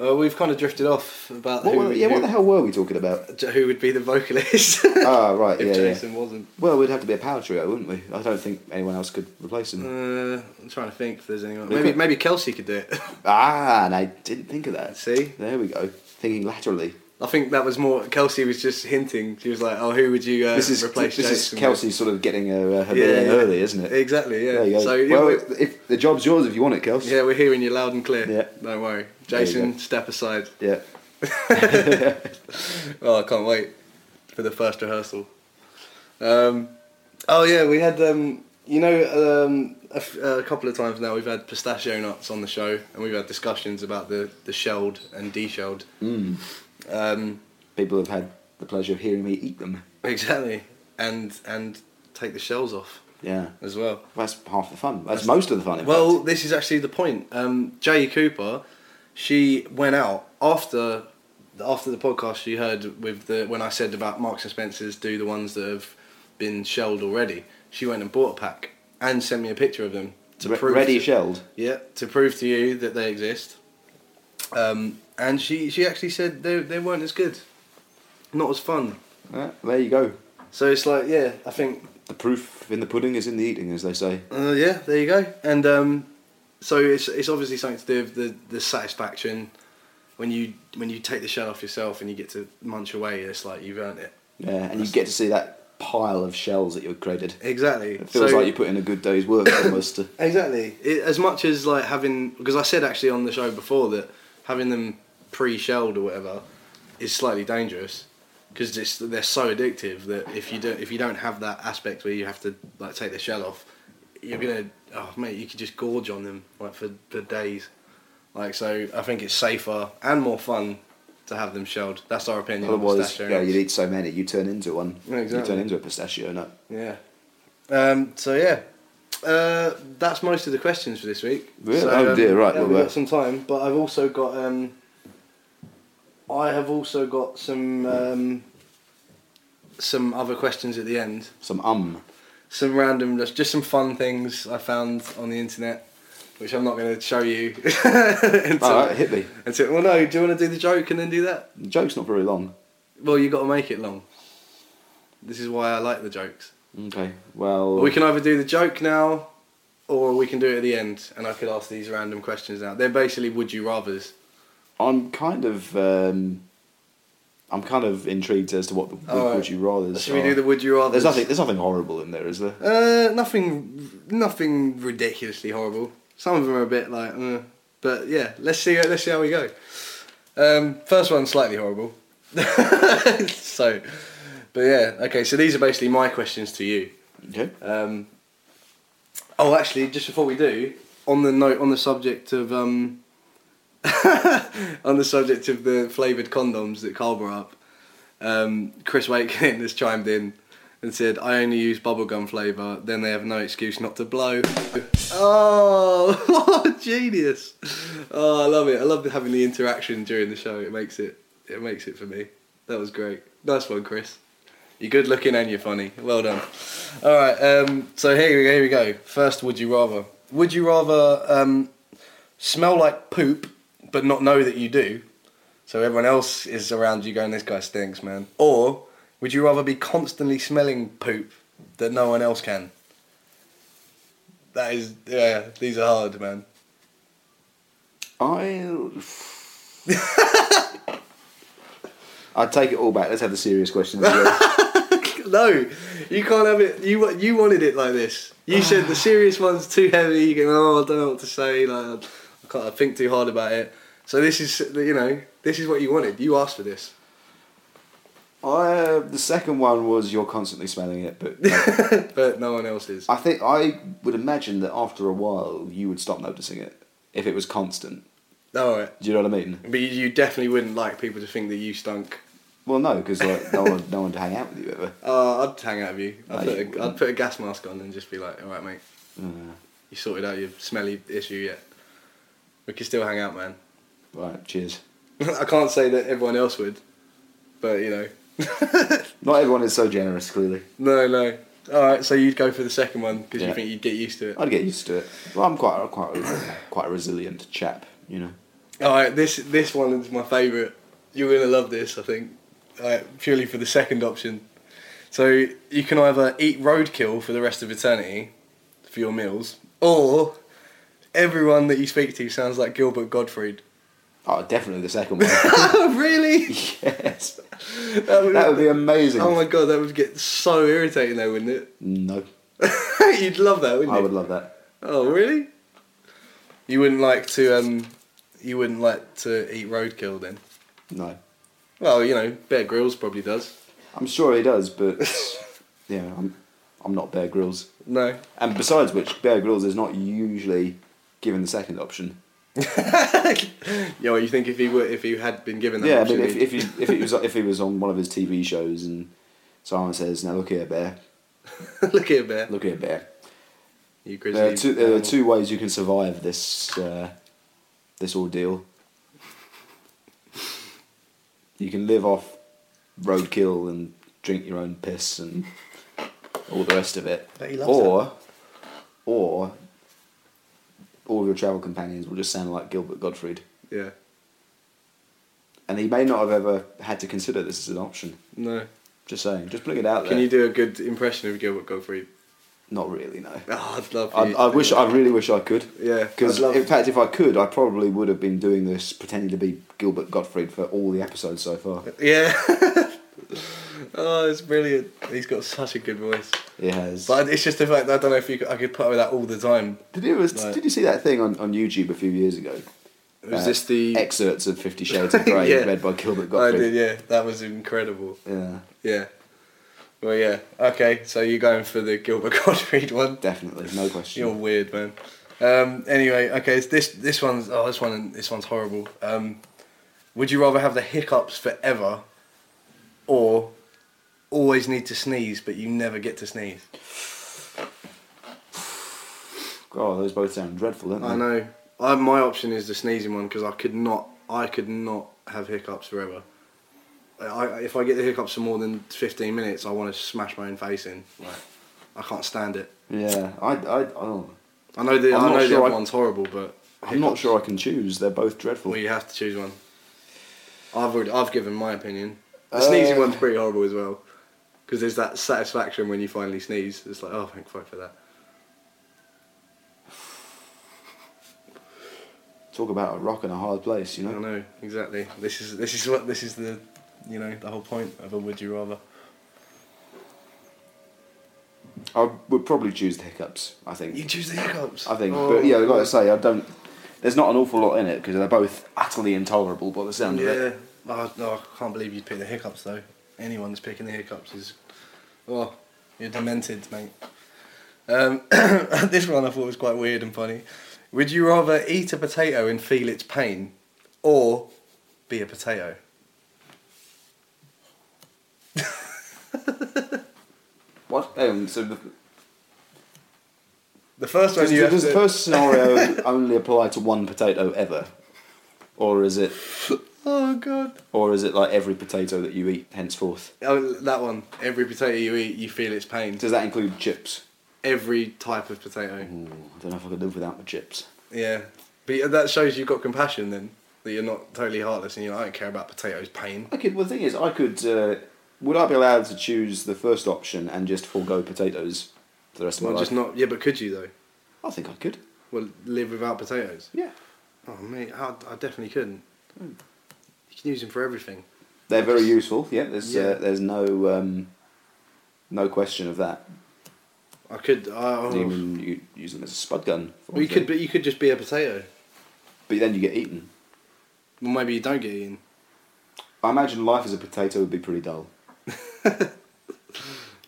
A: Uh, we've kind of drifted off about
B: What
A: who,
B: were, yeah,
A: who,
B: what the hell were we talking about?
A: <laughs> j- who would be the vocalist <laughs>
B: Ah, right,
A: if
B: yeah, yeah.
A: Jason wasn't.
B: Well, we'd have to be a power trio, wouldn't we? I don't think anyone else could replace him.
A: Uh, I'm trying to think if there's anyone.
B: We
A: Maybe
B: could-
A: maybe Kelsey could do it. <laughs>
B: Ah, and I didn't think of that.
A: See?
B: There we go. Thinking laterally.
A: I think that was more Kelsey was just hinting. She was like, "Oh, who would you uh,
B: this is
A: replace?"
B: this is
A: Jason with?"
B: Kelsey sort of getting her, uh, her
A: Yeah,
B: bit in
A: yeah.
B: early, isn't it?
A: Exactly. Yeah.
B: There you go.
A: So yeah,
B: well,
A: we're,
B: if, if the job's yours if you want it, Kelsey.
A: yeah, we're hearing you loud and clear.
B: Yeah.
A: Don't worry,
B: There you
A: Jason.
B: go.
A: Step aside.
B: Yeah.
A: Oh, I can't wait for the first rehearsal. Um, oh yeah, we had um, you know um, a, f- a couple of times now we've had pistachio nuts on the show and we've had discussions about the the shelled and deshelled.
B: Mm.
A: Um,
B: People have had the pleasure of hearing me eat them.
A: exactly, and and take the shells off
B: Yeah.
A: as well.
B: That's half the fun. That's, most of the fun. In
A: Well,
B: fact.
A: this is actually the point. Um, Jay Cooper, she went out after after the podcast. She heard with the when I said about Marks and Spencers do the ones that have been shelled already. She went and bought a pack and sent me a picture of them to
B: Re-
A: prove
B: ready
A: to,
B: shelled.
A: yeah to prove to you that they exist. Um, and she she actually said they they weren't as good, not as fun.
B: Yeah, there you go.
A: So it's like yeah, I think
B: The proof in the pudding is in the eating, as they say.
A: Uh, yeah, there you go. And um, so it's it's obviously something to do with the, the satisfaction when you when you take the shell off yourself and you get to munch away. It's like you've earned it.
B: Yeah, and you get to see that pile of shells that you've created.
A: Exactly.
B: It feels
A: So-
B: like you put in a good day's work <coughs> almost.
A: Exactly. It, as much as like having, because I said actually on the show before that having them pre-shelled or whatever is slightly dangerous because they're so addictive that if you don't if you don't have that aspect where you have to like take the shell off, you're gonna oh mate you could just gorge on them like for, for days. Like so, I think it's safer and more fun to have them shelled. That's our opinion. on
B: Otherwise,
A: pistachio
B: yeah,
A: nuts.
B: you eat so many, you turn into one.
A: Yeah, exactly.
B: You turn into a pistachio nut.
A: Yeah. Um, so yeah, uh, that's most of the questions for this week.
B: Really?
A: So,
B: Oh,
A: um,
B: dear, right,
A: yeah,
B: well,
A: we've
B: well.
A: got some time, but I've also got. Um, I have also got some um, some other questions at the end.
B: Some um.
A: Some random, just just some fun things I found on the internet, which I'm not going to show you. <laughs> until,
B: All right, hit me.
A: until, well, no. Do you want to do the joke and then do that?
B: The joke's not very long.
A: Well, you got to make it long. This is why I like the jokes.
B: Okay, well.
A: Well, we can either do the joke now, or we can do it at the end, and I could ask these random questions now. They're basically would you rather's.
B: I'm kind of. Um, I'm kind of intrigued as to what the would,
A: All right.
B: would you rather.
A: Should we do the would you rather?
B: There's nothing. There's nothing horrible in there, is there?
A: Uh, nothing, nothing ridiculously horrible. Some of them are a bit like, uh, but yeah, let's see. Let's see how we go. Um, first one slightly horrible. <laughs> so, but yeah, okay. So these are basically my questions to you.
B: <laughs> Okay.
A: Um, oh, actually, just before we do, on the note, on the subject of um, <laughs> on the subject of the flavored condoms that Carl brought up, um, Chris Wakeman has chimed in and said, "I only use bubblegum flavor. Then they have no excuse not to blow." Oh, <laughs> genius! Oh, I love it. I love having the interaction during the show. It makes it. It makes it for me. That was great. Nice one, Chris. You're good looking and you're funny. Well done. All right. Um, so here we, here we go. First, would you rather? Would you rather um, smell like poop but not know that you do, so everyone else is around you going, "This guy stinks, man," or would you rather be constantly smelling poop that no one else can? That is, yeah. These are hard, man.
B: I. I take it all back. Let's have the serious questions. again.
A: <laughs> no, you can't have it. You wa- you wanted it like this. You said the serious one's too heavy. You go, oh, I don't know what to say. Like, I can't I think too hard about it. So this is, you know, this is what you wanted. You asked for this. <laughs>
B: I, Uh, the second one was you're constantly smelling it, but
A: <laughs> but no one else is.
B: I think I would imagine that after a while you would stop noticing it if it was constant.
A: All right.
B: Do you know what I mean?
A: But you, you definitely wouldn't like people to think that you stunk.
B: Well, no, because like, no one, no one to hang out with you ever.
A: Uh, I'd hang out of you. I'd,
B: No,
A: put
B: you
A: a, I'd
B: wouldn't.
A: put a gas mask on and just be like, all right, mate,
B: Uh,
A: you sorted out your smelly issue yet. We can still hang out, man. <laughs>
B: right, cheers.
A: I can't say that everyone else would, but you know. <laughs>
B: Not everyone is so generous, clearly.
A: No, no. All right, so you'd go for the second one because you
B: Yeah.
A: think you'd get used to it.
B: I'd get used to it. Well, I'm quite, quite, a- quite a resilient chap, you know.
A: All right, this this one is my favourite. You're gonna love this, I think. All right, purely for the second option. So you can either eat roadkill for the rest of eternity for
B: <laughs>
A: your meals, or everyone that you speak to sounds like Gilbert Gottfried. <laughs>
B: Oh, definitely the second one.
A: really?
B: yes.
A: That would,
B: That would be amazing.
A: oh my god, that would get so irritating though, wouldn't it? <laughs>
B: no,
A: You'd love that, wouldn't
B: I
A: you?
B: would love that.
A: Oh really? You wouldn't like to um, you wouldn't like to eat roadkill then?
B: No.
A: Well, you know, Bear Grylls probably does.
B: I'm sure he does, but yeah, I'm, I'm not Bear Grylls.
A: No. <laughs>
B: And besides which, Bear Grylls is not usually given the second option.
A: Yo, you think if he were, if he had been given that?
B: yeah,
A: option,
B: but if
A: he'd-
B: if, he, if it was if he was on one of his TV shows and someone says, "Now look here, Bear,
A: <laughs> look here, Bear.
B: look here, Bear,"
A: You grizzly.
B: there are two there are
A: animal.
B: two ways you can survive this uh, this ordeal. You can live off roadkill and drink your own piss and all the rest of it,
A: Bet he loves
B: or or all of your travel companions will just sound like Gilbert Gottfried,
A: Yeah.
B: and he may not have ever had to consider this as an option.
A: No.
B: Just saying, just putting it out there.
A: Can you do a good impression of Gilbert Gottfried?
B: Not really, no.
A: Oh, I'd love.
B: I,
A: you
B: I
A: to
B: wish,
A: do
B: I
A: that.
B: really wish I could.
A: Yeah,
B: Because
A: I'd love-
B: in fact, if I could, I probably would have been doing this pretending to be Gilbert Gottfried for all the episodes so far.
A: Yeah. <laughs> oh, it's brilliant. He's got such a good voice.
B: It has.
A: But it's just the fact that I don't know if you could, I could put up with that all the time.
B: did you ever,
A: Right.
B: did you see that thing on, on YouTube a few years ago?
A: Was
B: Uh,
A: this the?
B: excerpts of Fifty Shades
A: <laughs>
B: of Grey
A: Yeah.
B: read by Gilbert
A: I
B: Gottfried?
A: did. Yeah, that was incredible.
B: Yeah,
A: Yeah. Well, yeah. Okay, so you're going for the Gilbert <laughs> Gottfried one.
B: definitely, no question.
A: You're weird, man. Um, anyway, okay, so this this one's oh this one this one's horrible. Um, would you rather have the hiccups forever, or always need to sneeze but you never get to sneeze?
B: God, those both sound dreadful, don't they?
A: I know. I, my option is the sneezing one because I could not I could not have hiccups forever. I, I, if I get the hiccups for more than fifteen minutes, I want to smash my own face in. Like, I can't stand it.
B: Yeah, I, I, I don't.
A: I know the
B: I'm
A: i
B: not
A: know the
B: sure
A: other
B: I-
A: one's horrible, but
B: I'm not
A: hiccups-
B: sure I can choose. They're both dreadful.
A: Well, you have to choose one. I've already, I've given my opinion. The
B: Uh,
A: sneezing one's pretty horrible as well, because there's that satisfaction when you finally sneeze. It's like, oh, thank fuck for that.
B: Talk about a rock and a hard place, you
A: I
B: know.
A: know exactly. This is this is what this is the, you know, the whole point of a would you rather.
B: I would probably choose the hiccups. I think.
A: You choose the hiccups.
B: I think.
A: Oh.
B: But yeah, like I say, I don't. There's not an awful lot in it because they're both utterly intolerable by the sound of it.
A: Yeah. Oh, no, I can't believe you picked the hiccups though. Anyone's picking the hiccups is, oh, you're demented, mate. Um, <coughs> this one I thought was quite weird and funny. Would you rather eat a potato and feel its pain, or be a potato?
B: What? Um, so the,
A: The first one
B: does,
A: you have
B: does the
A: to- <laughs>
B: first scenario only apply to one potato ever, or is it,
A: Oh god.
B: or is it like every potato that you eat henceforth?
A: Oh, that one. Every potato you eat, you feel its pain.
B: Does that include chips?
A: Every type of potato.
B: Ooh, I don't know if I could live without the chips.
A: Yeah, but that shows you've got compassion then. That you're not totally heartless and you I don't care about potatoes' pain.
B: I could. Well, the thing is, I could. Uh, would I be allowed to choose the first option and just forego potatoes for the rest of my
A: Well,
B: life?
A: just not. Yeah, but could you though?
B: I think I could.
A: Well, live without potatoes.
B: Yeah.
A: Oh mate, I, I definitely couldn't.
B: Hmm.
A: You can use them for everything.
B: They're very useful. Yeah, there's
A: Yeah.
B: Uh, there's no um, no question of that.
A: I could. I, oh.
B: You can u- use them as a spud gun. for
A: Well, you
B: one
A: could,
B: thing.
A: but you could just be a potato.
B: but then you get eaten.
A: Well, maybe you don't get eaten.
B: I imagine life as a potato would be pretty dull.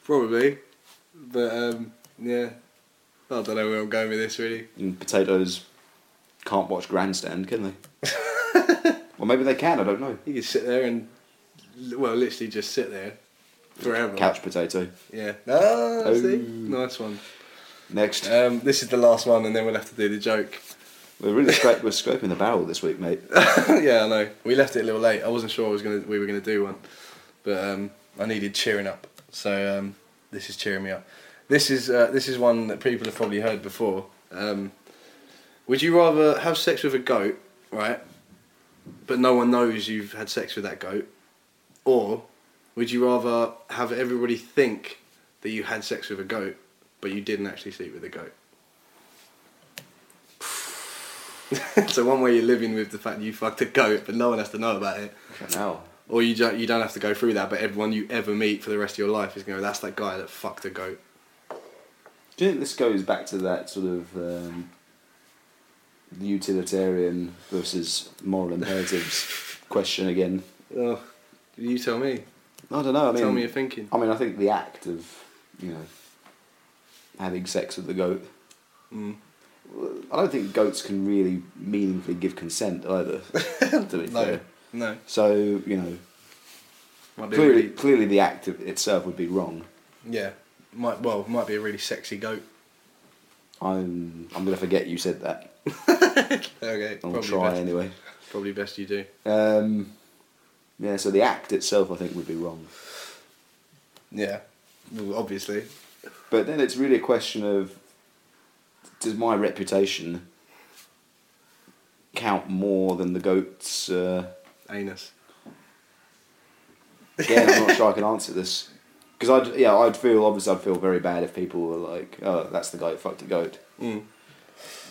A: Probably, but um, yeah. I don't know where I'm going with this really.
B: And potatoes can't watch Grandstand, can
A: <laughs>
B: they? well, maybe they can. I don't know.
A: You could sit there and, li- well, literally just sit there, forever.
B: Couch potato.
A: Yeah. Ah, see,
B: Oh.
A: nice one.
B: Next,
A: Um, this is the last one, and then we'll have to do the joke. <laughs>
B: we're really scra- we're scraping the barrel this week, mate.
A: yeah, I know. We left it a little late. I wasn't sure I was gonna we were gonna do one, but um, I needed cheering up. So um, this is cheering me up. This is uh, this is one that people have probably heard before. Um, would you rather have sex with a goat, right? But no one knows you've had sex with that goat, or would you rather have everybody think that you had sex with a goat, but you didn't actually sleep with a goat? <laughs> so one way you're living with the fact that you fucked a goat, but no one has to know about it,
B: No.
A: or you don't, you don't have to go through that, but everyone you ever meet for the rest of your life is going to go, that's that guy that fucked a goat.
B: Do you think this goes back to that sort of um, utilitarian versus
A: <laughs>
B: moral imperatives question again?
A: Oh, you tell me.
B: I don't know. I mean,
A: tell me you're thinking.
B: I mean, I think the act of you know having sex with the goat.
A: Mm.
B: I don't think goats can really meaningfully give consent
A: <laughs>
B: either. to be
A: No,
B: fair.
A: no.
B: So you know,
A: Might be a
B: clearly,
A: really-
B: clearly the act of itself would be wrong.
A: yeah. Might well might be a really sexy goat.
B: I'm I'm gonna forget you said that.
A: Okay,
B: I'll
A: probably
B: try
A: best,
B: anyway.
A: probably best you do.
B: Um, yeah, so the act itself, I think, would be wrong.
A: Yeah, well, obviously.
B: But then it's really a question of does my reputation count more than the
A: <laughs>
B: goat's? Uh,
A: Anus.
B: again, I'm not sure I can answer this because I'd yeah I'd feel obviously I'd feel very bad if people were like, oh, that's the guy who fucked the goat.
A: Mm.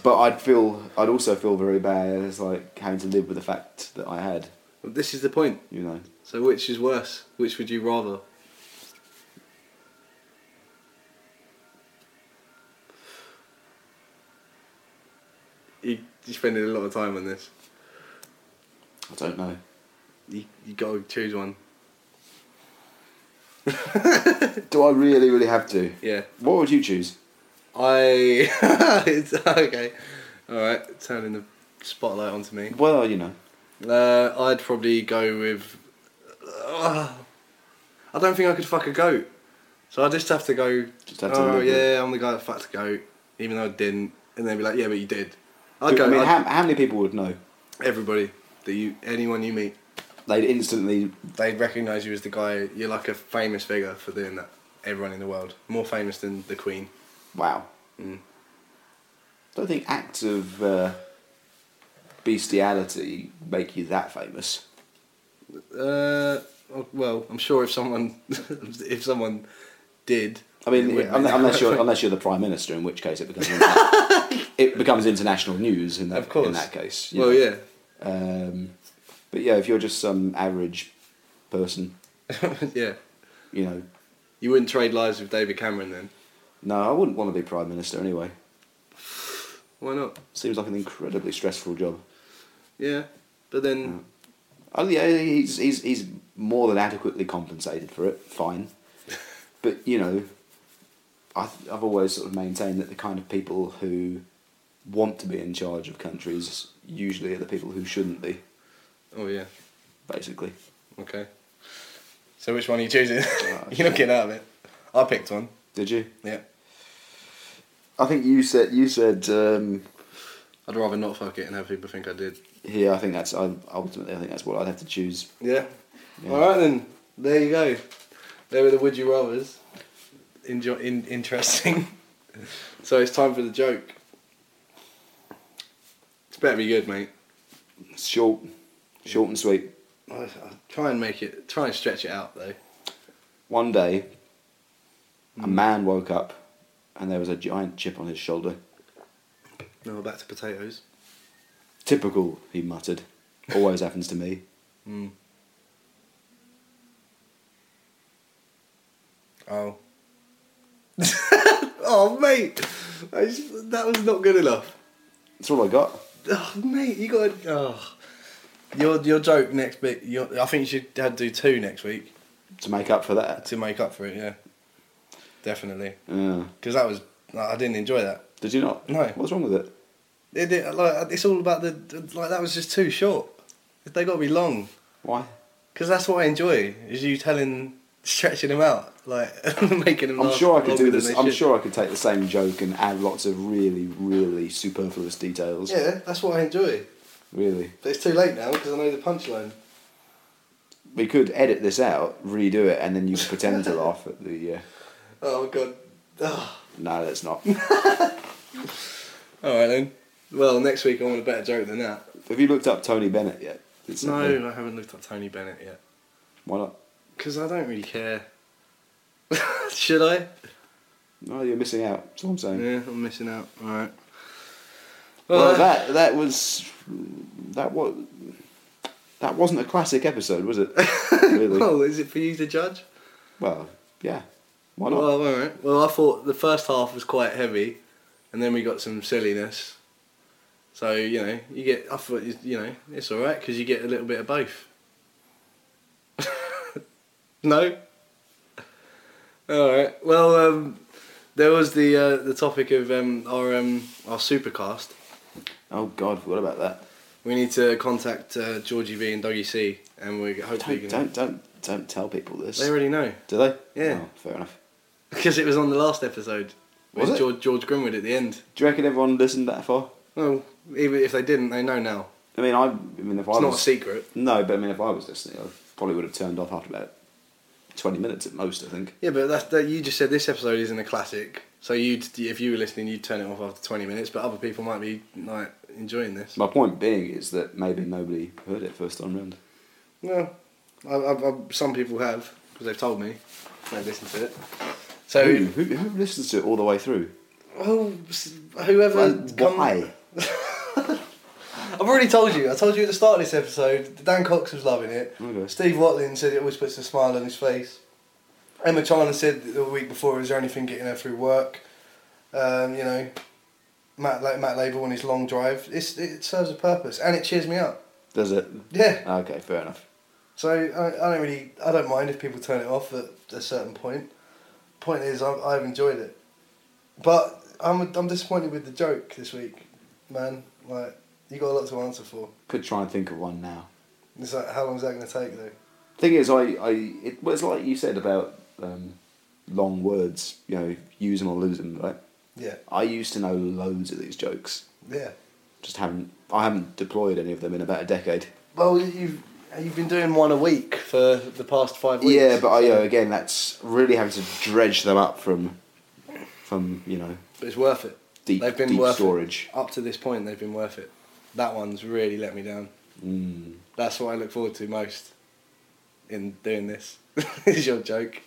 B: But I'd feel I'd also feel very bad as like having to live with the fact that I had,
A: Well, this is the point.
B: you know.
A: So which is worse? Which would you rather? You, you're spending a lot of time on this.
B: I don't know.
A: You you got to choose one.
B: Do I really really have to?
A: Yeah.
B: What would you choose?
A: I. <laughs> it's okay. All right. Turning the spotlight onto me.
B: Well, you know,
A: Uh, I'd probably go with. Ugh. I don't think I could fuck a goat, so I just have to go.
B: Just have to
A: oh
B: live with-
A: yeah, I'm the guy that fucked a goat, even though I didn't, and they'd be like, yeah, but you did. I'd
B: I
A: go.
B: mean,
A: I'd-
B: how, how many people would know?
A: everybody that you, anyone you meet,
B: They'd instantly
A: they recognise you as the guy. You're like a famous figure for doing that. Everyone in the world, more famous than the Queen.
B: Wow.
A: Mm.
B: Don't think acts of uh, bestiality make you that famous.
A: Uh, well, I'm sure if someone, <laughs> if someone did.
B: I
A: it
B: mean,
A: would
B: un-
A: make-
B: unless you're unless you're the prime minister, in which case it becomes interna- <laughs> it becomes international news. In
A: <laughs>
B: that
A: Of course.
B: in that case, you
A: Well,
B: know.
A: yeah.
B: Um, but yeah, if you're just some average person,
A: yeah. <laughs>
B: you know,
A: You wouldn't trade lives with David Cameron then?
B: no, I wouldn't want to be prime minister anyway.
A: Why not?
B: Seems like an incredibly stressful job.
A: Yeah. But then,
B: Oh yeah, he's he's he's more than adequately compensated for it. <laughs> Fine, but you know, I th- I've always sort of maintained that the kind of people who want to be in charge of countries usually are the people who shouldn't be. Mm.
A: oh yeah,
B: Basically,
A: okay. So which one are you <laughs> choosing?
B: Ah,
A: You're not
B: shit.
A: getting out of it. I picked one.
B: did you?
A: Yeah.
B: I think you said you said um,
A: I'd rather not fuck it and have people think I did.
B: yeah. I think that's I, ultimately I think that's what I'd have to choose.
A: Yeah.
B: Yeah.
A: All right then. There you go. There were the would you rather's. Enjoy. In- interesting. <laughs> so it's time for the joke. It's better be good, mate.
B: Short, short and sweet.
A: I, I try and make it. Try and stretch it out though.
B: One day, a man woke up, and there was a giant chip on his shoulder.
A: No, back to potatoes.
B: Typical, he muttered. Always happens to me.
A: Mm. Oh. <laughs> oh, mate. I just, that was not good enough.
B: That's all I got.
A: Oh, mate, you got. Oh. Your your joke next bit. Your, I think you should have to do two next week
B: To make up for that.
A: to make up for it. Yeah. Definitely,
B: Yeah.
A: because that was. I didn't enjoy that.
B: Did you not?
A: No.
B: What's wrong with it?
A: It, it, like, it's all about the like that was just too short. They got to be long.
B: Why?
A: Because that's what I enjoy is you telling, stretching them out, like <laughs> making them.
B: I'm
A: last
B: sure I could
A: longer
B: do
A: than
B: this.
A: they
B: I'm
A: should.
B: sure I could take the same joke and add lots of really, really superfluous details.
A: Yeah, that's what I enjoy.
B: Really.
A: But it's too late now because I know the punchline.
B: We could edit this out, redo it, and then you could pretend to laugh at the. Uh...
A: Oh god. Ugh.
B: No,
A: <laughs>
B: that's not.
A: All right then. Well, next week I want a better joke than that.
B: Have you looked up Tony Bennett yet? It's up there.
A: No, I haven't looked at Tony Bennett yet
B: Why not?
A: because I don't really care. <laughs> should I?
B: No, you're missing out. That's all I'm saying.
A: Yeah, I'm missing out. All right.
B: Well,
A: uh, <laughs>
B: that that was that was that wasn't a classic episode, was it? Really? well,
A: well, is it for you to judge?
B: yeah. Why not?
A: Well, all right. Well, I thought the first half was quite heavy, and then we got some silliness. So you know, you get. I thought you you know, it's all right because you get a little bit of both. <laughs> no. All right. Well, um, there was the uh, the topic of um, our um, our supercast.
B: oh God, forgot about that.
A: We need to contact uh, Georgie V and Doggy C, and we hopefully can.
B: Don't don't don't don't tell people this.
A: They already know
B: Do they?
A: Yeah.
B: Oh, fair enough.
A: because it was on the last episode.
B: Was
A: with
B: it?
A: George George Grimwood at the end.
B: Do you reckon everyone listened that far?
A: Well, even if they didn't, they know now.
B: I mean, I, I mean, if I
A: It's not a
B: was
A: secret.
B: no, but I mean, if I was listening, I probably would have turned off after about twenty minutes at most. I think.
A: Yeah, but that's, that you just said this episode isn't a classic. So you, would if you were listening, you'd turn it off after twenty minutes. But other people might be like enjoying this.
B: My point being is that maybe nobody heard it first time round.
A: Well, I, I, I, some people have because they've told me they've listened to it. So,
B: Who, who, who listens to it all the way through?
A: well, s- whoever.
B: And
A: come-
B: why?
A: I've already told you. I told you at the start of this episode. Dan Cox was loving it.
B: Okay.
A: Steve Watling said it always puts a smile on his face. Emma China said the week before, is there anything getting her through work? Um, you know, Matt La- Matt Label on his long drive. It's, it serves a purpose and it cheers me up.
B: Does it?
A: Yeah.
B: Okay, fair enough.
A: So I, I don't really I don't mind if people turn it off at a certain point. Point is I've, I've enjoyed it, but I'm I'm disappointed with the joke this week, man. Like you got a lot to answer for.
B: Could try and think of one now.
A: It's like, how long is that going to take though?
B: Thing is, I, I it was like you said about um, long words. You know, use them or lose them, right?
A: Yeah,
B: I used to know loads of these jokes.
A: yeah.
B: Just haven't. I haven't deployed any of them in about a decade.
A: Well, you've you've been doing one a week for the past five weeks.
B: Yeah, but I, uh, you know, again, that's really having to dredge them up from, from you know,
A: But it's worth it.
B: deep
A: They've been
B: deep
A: worth it.
B: storage.
A: Up to this point, they've been worth it. That one's really let me down.
B: Mm.
A: That's what I look forward to most in doing this. <laughs> is your joke.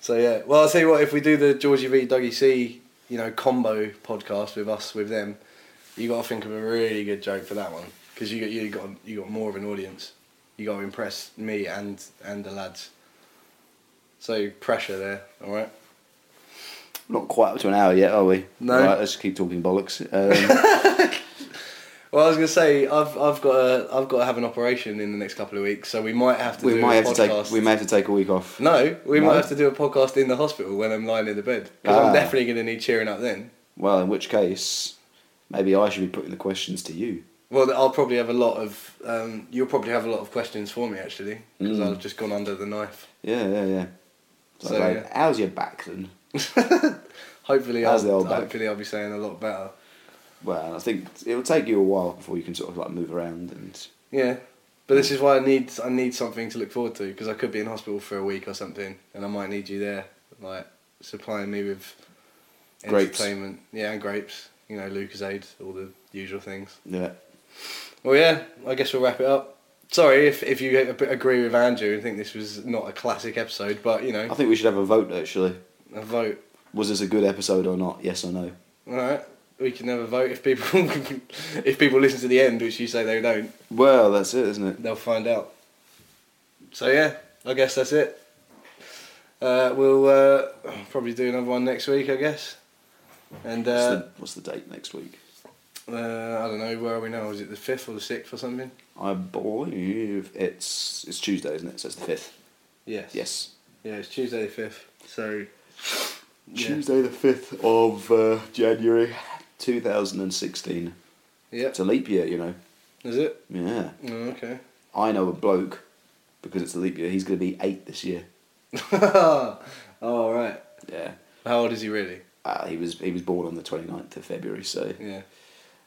A: So yeah, well I'll tell you what, if we do the Georgie V Dougie C, you know, combo podcast with us with them, you got to think of a really good joke for that one because you got you got you got more of an audience. You got to impress me and and the lads. So pressure there, all right.
B: Not quite up to an hour yet, are we?
A: No.
B: Right, let's keep talking bollocks. Um,
A: Well, I was gonna say I've I've got to, I've got to have an operation in the next couple of weeks, so we might have <laughs> to
B: we
A: do
B: might
A: a
B: have to
A: podcast.
B: take. We may have to take a week off.
A: No, we
B: No?
A: might have to do a podcast in the hospital when I'm lying in the bed because
B: Ah.
A: I'm definitely going to need cheering up then.
B: Well, in which case, maybe I should be putting the questions to you.
A: Well, I'll probably have a lot of. Um, you'll probably have a lot of questions for me actually because
B: Mm.
A: I've just gone under the knife.
B: Yeah, yeah, yeah. So,
A: So,
B: like,
A: yeah.
B: how's your back then?
A: Hopefully,
B: How's the
A: I'll,
B: old back?
A: hopefully I'll be saying a lot better.
B: Well, I think it'll take you a while before you can sort of like move around and.
A: Yeah, but this is why I need I need something to look forward to because I could be in hospital for a week or something, and I might need you there, like supplying me with
B: Grapes.
A: entertainment. Yeah, and grapes. You know, Lucasade, all the usual things.
B: Yeah.
A: Well, yeah, I guess we'll wrap it up. Sorry if, if you a- agree with Andrew and think this was not a classic episode, but you
B: I
A: know,
B: think we should have a vote actually.
A: a vote.
B: Was this a good episode or not? Yes or no?
A: All right, we can have a vote if people <laughs> if people listen to the end, which you say they don't,
B: Well, that's it, isn't it?
A: they'll find out. So yeah, I guess that's it. Uh, we'll uh, probably do another one next week, I guess. And
B: What's
A: uh,
B: the, what's the date next week?
A: uh, I don't know where are we now? Is it the fifth or the sixth or something?
B: I believe it's it's Tuesday, isn't it? So it's the fifth.
A: Yes.
B: Yes.
A: Yeah, it's Tuesday the fifth. So. yeah.
B: Tuesday the fifth of uh, January, two thousand and sixteen.
A: Yep.
B: It's a leap year, you know.
A: Is it?
B: Yeah.
A: Oh, okay.
B: I know a bloke because it's a leap year. He's going to be eight this year.
A: <laughs> oh, right.
B: Yeah.
A: How old is he really?
B: Uh, he was he was born on the 29th of February, so
A: Yeah.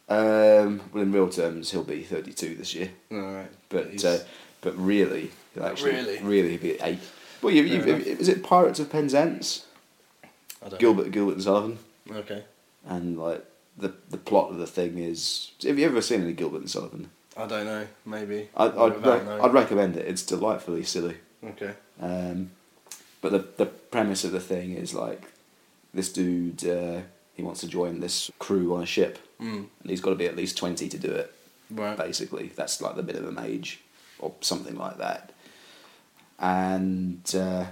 B: um, well in real terms he'll be thirty two this year.
A: All right.
B: But
A: He's-
B: uh, but really, he'll actually
A: Really?
B: really be eight. Well, you, you,
A: Fair enough.
B: is it Pirates of Penzance?
A: I don't
B: Gilbert Gilbert and Sullivan,
A: know. Okay.
B: and like the the plot of the thing is. Have you ever seen any Gilbert and Sullivan?
A: I don't know. Maybe.
B: I,
A: What
B: I'd
A: about
B: rec-
A: no?
B: I'd recommend it. It's delightfully silly.
A: Okay.
B: Um, but the the premise of the thing is like this dude. Uh, He wants to join this crew on a ship,
A: Mm.
B: and he's got to be at least twenty to do it.
A: Right.
B: Basically, that's like the minimum age, or something like that. And uh,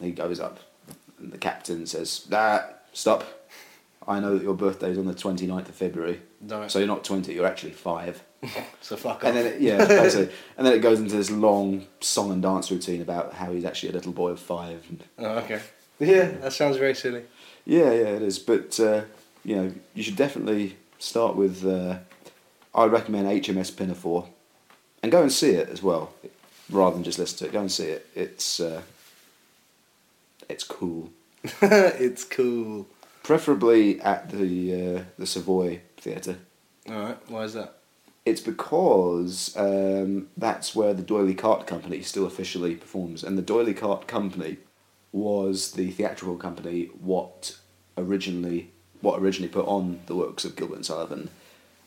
B: he goes up, and the captain says, "Nah, stop! I know that your birthday's on the 29th of February,
A: Right.
B: so you're not twenty. You're actually five.
A: So fuck off.
B: And then it, yeah, basically, and then it goes into this long song and dance routine about how he's actually a little boy of five. And,
A: oh,
B: <laughs>
A: okay. Yeah, that sounds very silly. <laughs>
B: yeah, yeah, it is. But uh, you know, you should definitely start with. Uh, I recommend HMS Pinafore, and go and see it as well, rather than just listen to it. Go and see it. It's uh, it's cool.
A: it's cool.
B: Preferably at the uh, the Savoy Theatre.
A: All right. Why is that?
B: It's because um, that's where the Doily Cart Company still officially performs, and the Doily Cart Company was the theatrical company what originally what originally put on the works of Gilbert and Sullivan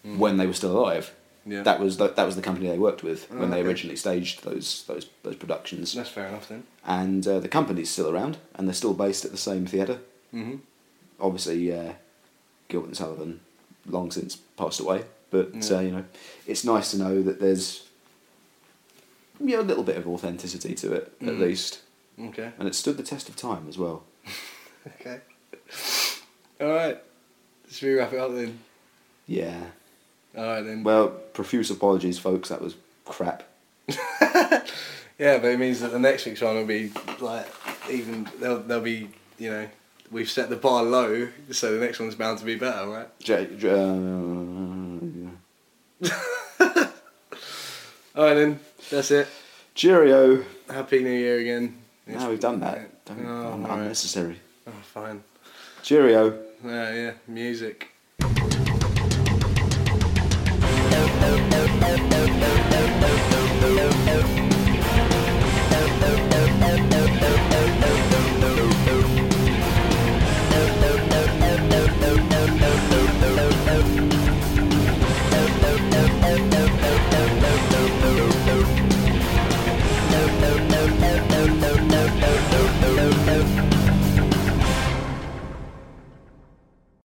B: when they were still alive.
A: Hmm. Yeah. Oh,
B: That was the, that was the company they worked with when they
A: okay.
B: originally staged those those those productions,
A: That's fair enough then.
B: and uh, the company's still around, and they're still based at the same theatre.
A: Mhm.
B: Obviously, uh, Gilbert and Sullivan long since passed away, but
A: Yeah.
B: uh, you know, it's nice to know that there's you know, a little bit of authenticity to it at
A: Mm.
B: least,
A: Okay. <laughs>
B: and it stood the test of time as well.
A: Okay. All right. Should we wrap it up then?
B: Yeah.
A: All right then.
B: Well, profuse apologies, folks. That was crap.
A: Yeah, but it means that the next week's one will be like even they'll they'll be you know we've set the bar low, so the next one's bound to be better, right?
B: J- j- uh,
A: All right then. That's it.
B: cheerio.
A: Happy New Year again.
B: Now we've done that. Don't,
A: Oh,
B: un-
A: alright.
B: unnecessary.
A: Oh, fine.
B: Cheerio.
A: Uh, yeah, music.
C: Thank you.